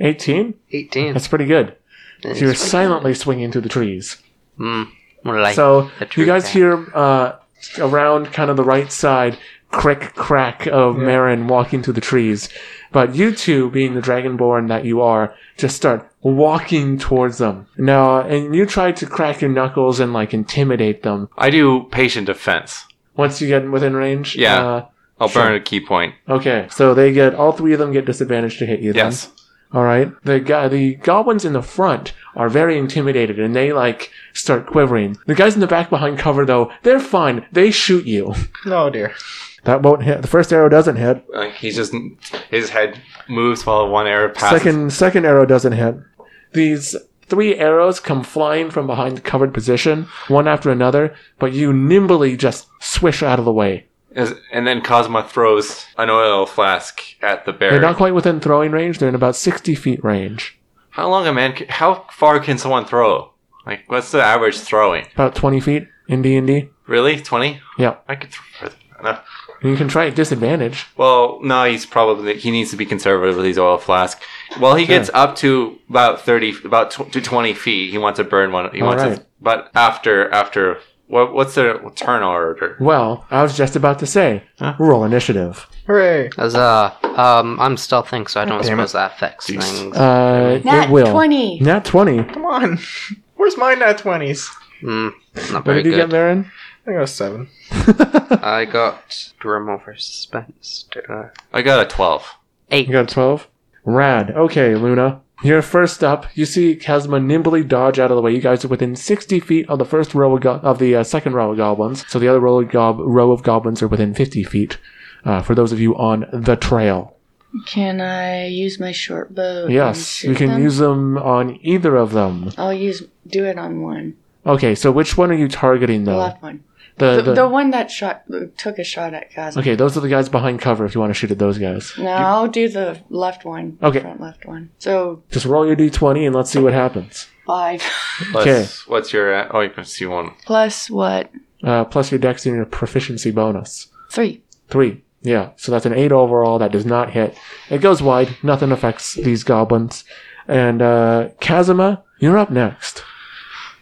18.
18.
That's pretty good.
That's
So you're
pretty
silently swinging through the trees.
good. Mm, more like
so
the
you
tree
guys
thing.
hear uh, around kind of the right side crick crack of Marin walking through the trees, but you two, being the dragonborn that you are, just start walking towards them. Now, and you try to crack your knuckles and like intimidate them.
I do patient defense.
Once you get within range,
Yeah.
Uh,
I'll
Sure.
burn a key point.
okay, so they get all three of them get disadvantage to hit you. then.
Yes.
All right. The guy, the goblins in the front are very intimidated and they like start quivering. The guys in the back behind cover though, they're fine. They shoot you.
Oh dear.
That won't hit. The first arrow doesn't hit.
Like he's just, his head moves while one arrow passes.
Second second arrow doesn't hit. These three arrows come flying from behind the covered position, one after another, but you nimbly just swish out of the way.
Is- And then Cosmo throws an oil flask at the bear.
They're not quite within throwing range. They're in about 60 feet range.
how long a man, ca- how far can someone throw? Like, what's the average throwing?
About 20 feet in D&D.
Really? 20?
Yeah.
I could throw further. No.
You can try at disadvantage.
Well, no, he's probably he needs to be conservative with his oil flask. Well, he gets up to about thirty, about tw- to twenty feet. He wants to burn one. He
All
wants,
right.
to, but after after what what's the turn order?
Well, I was just about to say,
Huh?
roll initiative.
Hooray!
As, uh, um, I'm stealthing, so I don't
Damn it.
suppose that affects things.
Uh,
Nat
it will.
20.
Nat 20.
Come on. Where's my nat twenties?
Mm, not
What
very
did you
good.
get, Marin?
I got a seven.
I got Grim over suspense. Did I?
I got a twelve.
Eight.
You got a 12? Rad. Okay, Luna. You're first up. You see Kazma nimbly dodge out of the way. You guys are within 60 feet of the first row of, go- of the uh, second row of goblins. So the other row of, gob- row of goblins are within 50 feet. Uh, for those of you on the trail.
Can I use my short bow? and
Yes,
shoot
you can
them?
use them on either of them.
I'll use do it on one.
Okay, so which one are you targeting
The
though?
left one.
The,
The,
Oh. the,
the one that shot took a shot at Cosmo.
okay, those are the guys behind cover if you want to shoot at those guys.
No, I'll do the left one.
Okay.
Front left one. So
Just roll your d20 and let's see what happens.
five
Plus,
Okay.
What's your? uh, Oh, you can see one.
plus what?
Uh, plus your dex and your proficiency bonus.
Three.
Three. Yeah, so that's an eight overall. That does not hit. It goes wide. Nothing affects these goblins. And uh, Kazuma, you're up next.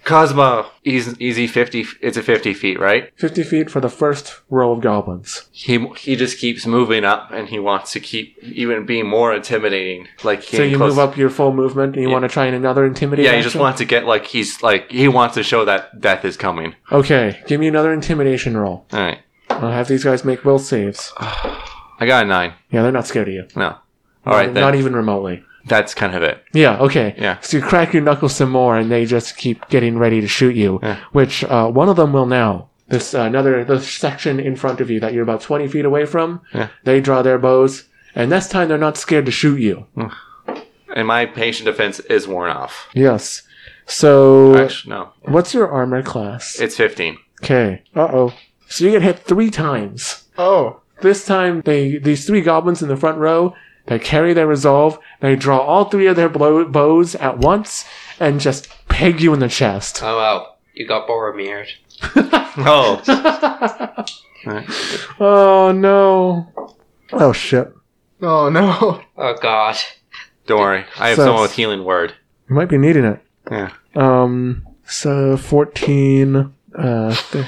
Cosmo, easy, easy fifty. It's a fifty feet, right?
50 feet for the first row of goblins.
He he just keeps moving up, and he wants to keep even being more intimidating. Like
so
getting
you
close-
move up your full movement and you want to try another intimidate
Yeah, he
action?
just wants to get like he's like he wants to show that death is coming.
Okay, give me another intimidation roll.
All right.
I'll have these guys make will saves.
I got a nine.
Yeah, they're not scared of you.
No. All right,
Not-
then.
Not e- even remotely.
That's kind of it.
Yeah, okay.
Yeah.
So you crack your knuckles some more, and they just keep getting ready to shoot you,
Yeah.
which uh, one of them will now. this uh, another the section in front of you that you're about 20 feet away from.
Yeah.
They draw their bows, and this time they're not scared to shoot you.
And my patient defense is worn off.
Yes. So,
Actually, no,
what's your armor class?
it's 15.
Okay. Uh oh. So you get hit three times.
Oh,
This time, they these three goblins in the front row. They carry their resolve. They draw all three of their blow- bows at once and just peg you in the chest.
Oh wow, you got Boromir.
Oh,
Oh no. Oh shit.
oh no.
Oh god.
don't worry. I have
So-
someone with healing word.
You might be needing it.
Yeah.
Um. So fourteen. Uh. th-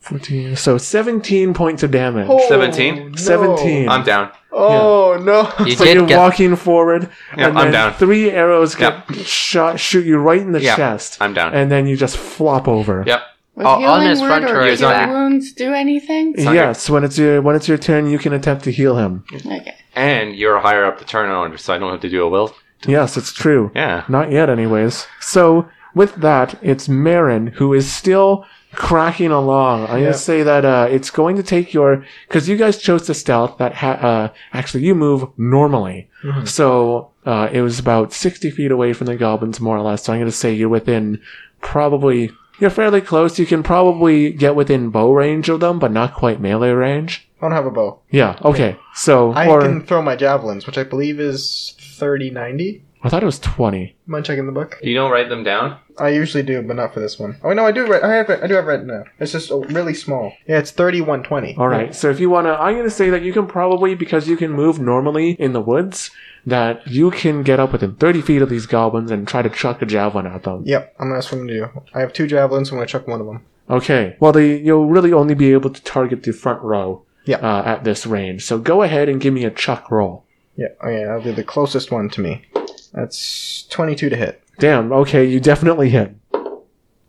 Fourteen. So seventeen points of damage.
Oh,
17?
no.
17.
I'm down.
Oh no.
You
so
did
you're
get.
walking forward,
Yeah,
and
I'm
then
down.
three arrows get shot, shoot you right in the
Yeah,
chest,
I'm down.
and then you just flop over.
Yep.
With
Oh, on
healing
his
word
front
or
or his
cure
back?
wounds do anything?
Sucker.
Yes, when it's your when it's your turn, you can attempt to heal him.
Okay.
And you're higher up the turn order, so I don't have to do a will.
Yes, it's true.
Yeah.
Not yet, anyways. So with that, it's Marin who is still cracking along. I'm
Yeah.
gonna say that uh, it's going to take your because you guys chose to stealth. That ha- uh, actually you move normally,
Mhm.
so uh, it was about 60 feet away from the goblins, more or less. So I'm gonna say you're within probably you're fairly close. You can probably get within bow range of them, but not quite melee range.
I don't have a bow.
Yeah. Okay. So
I
or
can throw my javelins, which I believe is 30 90.
I thought it was 20.
Mind checking the book?
You don't write them down?
I usually do, but not for this one. Oh no, I do. Write, I have. it- I do have it now. It's just oh, really small. Yeah, it's 31 20.
All right. So if you want to, I'm going to say that you can probably, because you can move normally in the woods, that you can get up within 30 feet of these goblins and try to chuck a javelin at them.
Yep, I'm gonna ask what I'm gonna do. I have two javelins. I'm gonna chuck one of them.
Okay. Well, they, you'll really only be able to target the front row
Yeah.
uh, at this range. So go ahead and give me a chuck roll.
Yeah, oh yeah, I'll do the closest one to me. That's 22 to hit.
Damn. Okay. You definitely hit.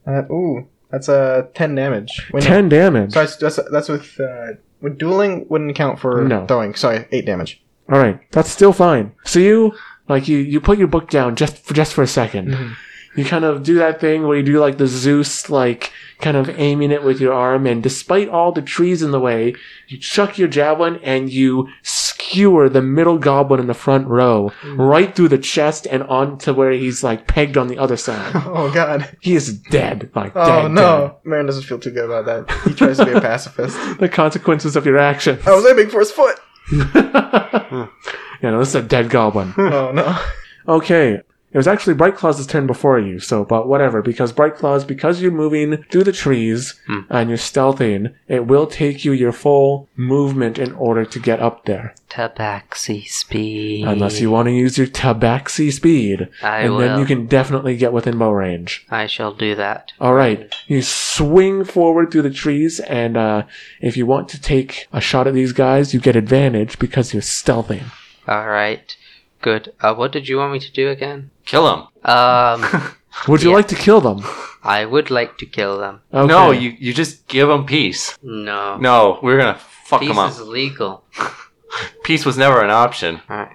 Uh, ooh, that's uh, 10 damage. Wait, no.
10 damage.
Sorry, that's, that's, that's with. Uh, with dueling wouldn't count for
No.
throwing. Sorry, 8 damage.
All right, that's still fine. So you like you you put your book down just for just for a 2nd
Mhm.
You kind of do that thing where you do like the Zeus like kind of aiming it with your arm, and despite all the trees in the way, you chuck your javelin and you skewer the middle goblin in the front row
Mm.
right through the chest and on to where he's like pegged on the other side.
Oh god.
he is dead, like
Oh
dead,
no. Marin doesn't feel too good about that. He tries to be a pacifist.
dead. The consequences of your actions.
I was aiming for his foot.
you know, this is a dead goblin.
Oh no.
Okay. It was actually Bright Claw's turn before you, so, but whatever, because Bright Claws, because you're moving through the trees
Hmm.
and you're stealthing, it will take you your full movement in order to get up there.
Tabaxi speed.
Unless you want to use your tabaxi speed.
I
and
will.
then you can definitely get within bow range.
I shall do that.
All right, you swing forward through the trees, and uh, if you want to take a shot at these guys, you get advantage because you're stealthing.
All right. Good. Uh, what did you want me to do again?
Kill them.
Um,
Would you
Yeah.
like to kill them?
I would like to kill them.
Okay.
No, you, you just give them peace.
No.
No, we're going to fuck
Peace
them up.
is illegal.
Peace was never an option.
Alright.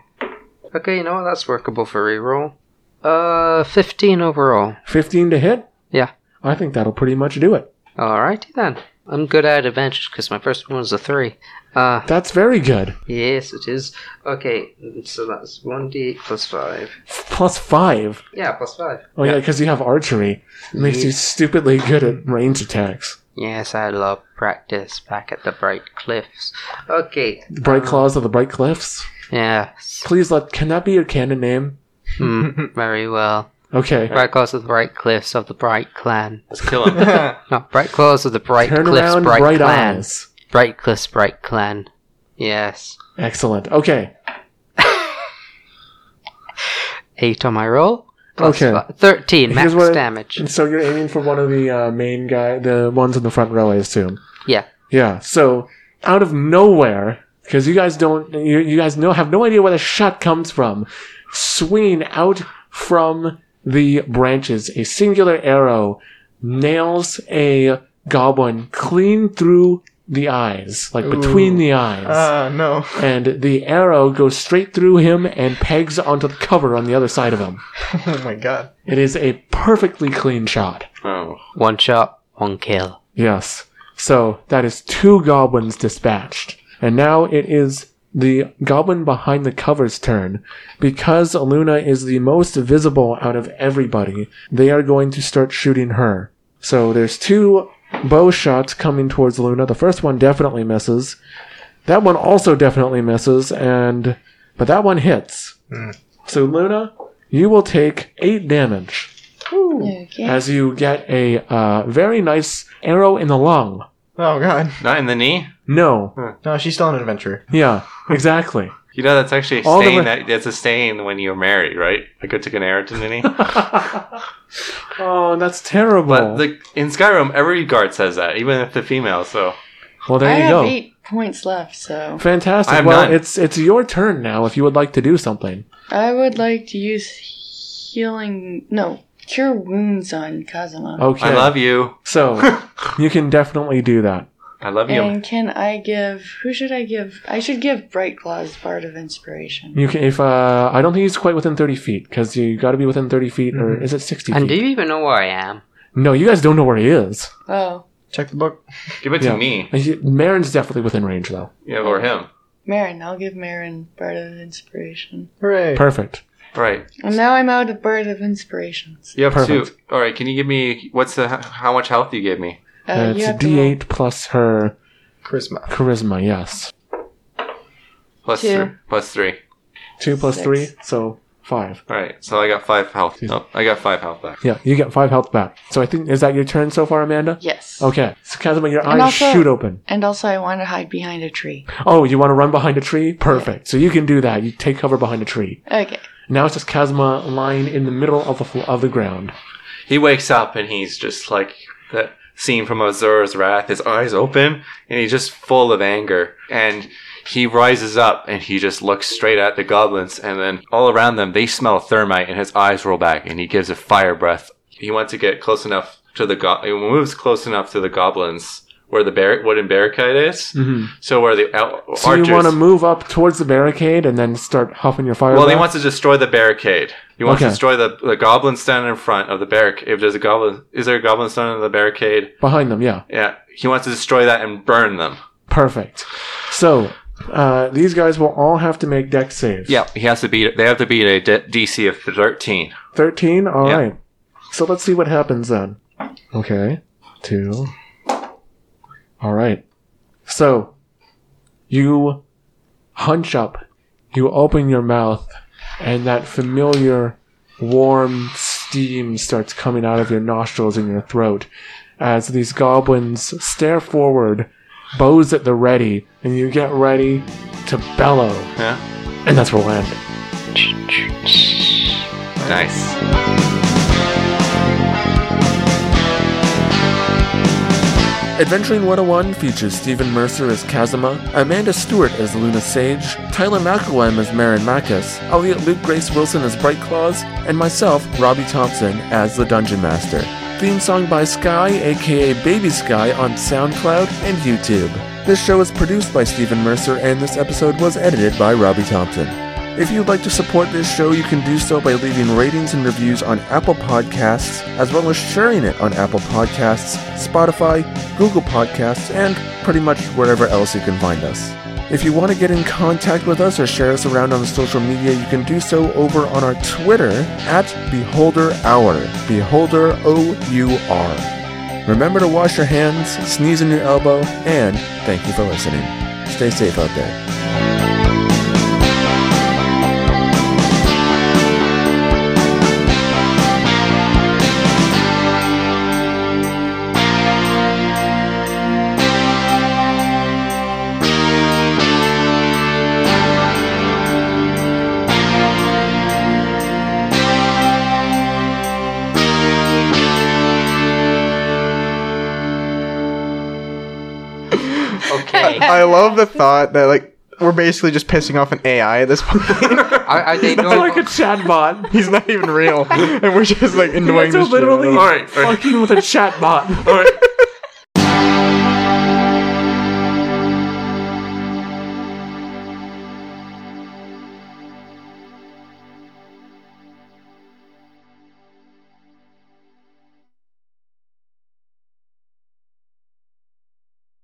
Okay, you know what? That's workable for reroll. Uh, 15 overall.
fifteen to hit.
Yeah.
I think that'll pretty much do it.
Alrighty then. I'm good at advantage because my first one was a 3. Uh,
That's very good.
yes, it is. Okay, so that's 1d8 plus 5.
Plus five.
Yeah, plus 5.
Oh yeah, because you have archery. It makes you stupidly good at range attacks.
Yes, I love practice back at the Bright Cliffs. Okay.
Bright claws of the bright cliffs.
Yes.
Please let. Can that be your canon name?
Hmm, very well.
Okay.
Bright Claws of the Bright Cliffs of the Bright Clan.
Let's kill them.
No, Bright Claws of the Bright
Turn
Cliffs
around,
Bright,
bright
Clan.
eyes.
Bright Cliffs Bright Clan. Yes.
Excellent. Okay.
8 on my roll. Plus
Okay.
fi- 13 max
Here's what-
damage.
And so you're aiming for one of the uh, main guy, the ones in the front row, I assume.
Yeah.
Yeah. So out of nowhere, because you guys don't, you, you guys know have no idea where the shot comes from. Swinging out from the branches, a singular arrow nails a goblin clean through the eyes, like between
Ooh.
the eyes.
Ah, no.
and the arrow goes straight through him and pegs onto the cover on the other side of him.
Oh my god.
It is a perfectly clean shot.
oh.
One shot, one kill.
Yes. So that is two goblins dispatched. And now it is the goblin behind the covers turn. Because Luna is the most visible out of everybody, they are going to start shooting her. So there's two bow shots coming towards Luna. The first one definitely misses. That one also definitely misses, and but that one hits. So Luna, you will take eight damage
Okay.
as you get a uh, very nice arrow in the lung.
Oh god.
Not in the knee.
No,
No, she's still an adventurer.
yeah, exactly.
You know that's actually a
All the
stain.
way-
that, that's a stain when you're married, right? Like I took an arrow to the knee.
Oh, that's terrible.
But the, in Skyrim, every guard says that, even if the female. So
well, there
I
you
have
go.
eight points left, so
Fantastic.
I have
well,
none.
it's it's your turn now. If you would like to do something,
I would like to use healing. No, cure wounds on Kazuma.
okay.
I love you.
So you can definitely do that.
I love you.
And can I give? Who should I give? I should give Bright Claws Bard of Inspiration.
You can if uh, I don't think he's quite within thirty feet because you got to be within thirty feet
Mm-hmm.
or is it sixty
And do
feet?
you even know where I am?
No, you guys don't know where he is.
Oh,
Check the book.
Give it
Yeah.
to me.
He- Marin's definitely within range though.
Yeah, or him.
Marin. I'll give Marin Bard of Inspiration.
Hooray.
Perfect.
All right.
And now I'm out of Bard of Inspirations.
You have two.
Perfect.
All right. Can you give me what's the how much health you gave me?
Uh,
Uh,
you
it's a
have to
D eight plus her
Charisma.
charisma. Yes,
Plus
Two.
three. Plus three.
two plus
Six.
three, so five.
All right. So I got five health.
Jeez.
No, I got five health back.
Yeah, you get five health back. So I think is that your turn so far, Amanda?
roll- Yes.
Okay. So Kazuma, your eyes
And also-
shoot open.
And also, I want to hide behind a tree.
Oh, you want to run behind a tree? Perfect. So you can do that. You take cover behind a tree.
Okay.
Now it's just Kazuma lying in the middle of the fl- of the ground.
He wakes up and he's just like that scene from Azura's Wrath. His eyes open and he's just full of anger. And he rises up and he just looks straight at the goblins. And then all around them, they smell thermite and his eyes roll back and he gives a fire breath. He wants to get close enough to the go- He moves close enough to the goblins where the bar- wooden barricade is.
Mm-hmm.
So where the out-
So
archers.
you want to move up towards the barricade and then start huffing your fire.
Well, he
breath?
wants to destroy the barricade. He wants
Okay.
to destroy the, the goblin standing in front of the barricade. If there's a goblin, is there a goblin standing in the barricade?
behind them. Yeah,
Yeah, he wants to destroy that and burn them.
perfect. So uh, these guys will all have to make deck saves.
Yeah, he has to beat. They have to beat a d- DC of thirteen.
Thirteen. All right.
Yeah.
So let's see what happens then. Okay. Two. All right. So you hunch up, you open your mouth, and that familiar warm steam starts coming out of your nostrils and your throat as these goblins stare forward, bows at the ready, and you get ready to bellow.
Yeah.
And that's where we'll end.
Nice.
Adventuring 101 features Stephen Mercer as Kazuma, Amanda Stewart as Luna Sage, Tyler McElwem as Marin Macus, Elliot Luke Grace Wilson as Bright Claws, and myself, Robbie Thompson, as the Dungeon Master. Theme song by Sky, aka Baby Sky, on SoundCloud and YouTube. This show is produced by Stephen Mercer, and this episode was edited by Robbie Thompson. If you'd like to support this show, you can do so by leaving ratings and reviews on Apple Podcasts, as well as sharing it on Apple Podcasts, Spotify, Google Podcasts, and pretty much wherever else you can find us. If you want to get in contact with us or share us around on social media, you can do so over on our Twitter at Beholder Hour. Beholder O U R. Remember to wash your hands, sneeze in your elbow, and thank you for listening. Stay safe out there.
Okay.
I love the thought that like we're basically just pissing off an AI at this point.
are, are they
That's like
normal?
a chatbot.
He's not even real, and we're just like
You
annoying
guys are
this.
literally
All right, all right.
fucking with a chatbot.
All right.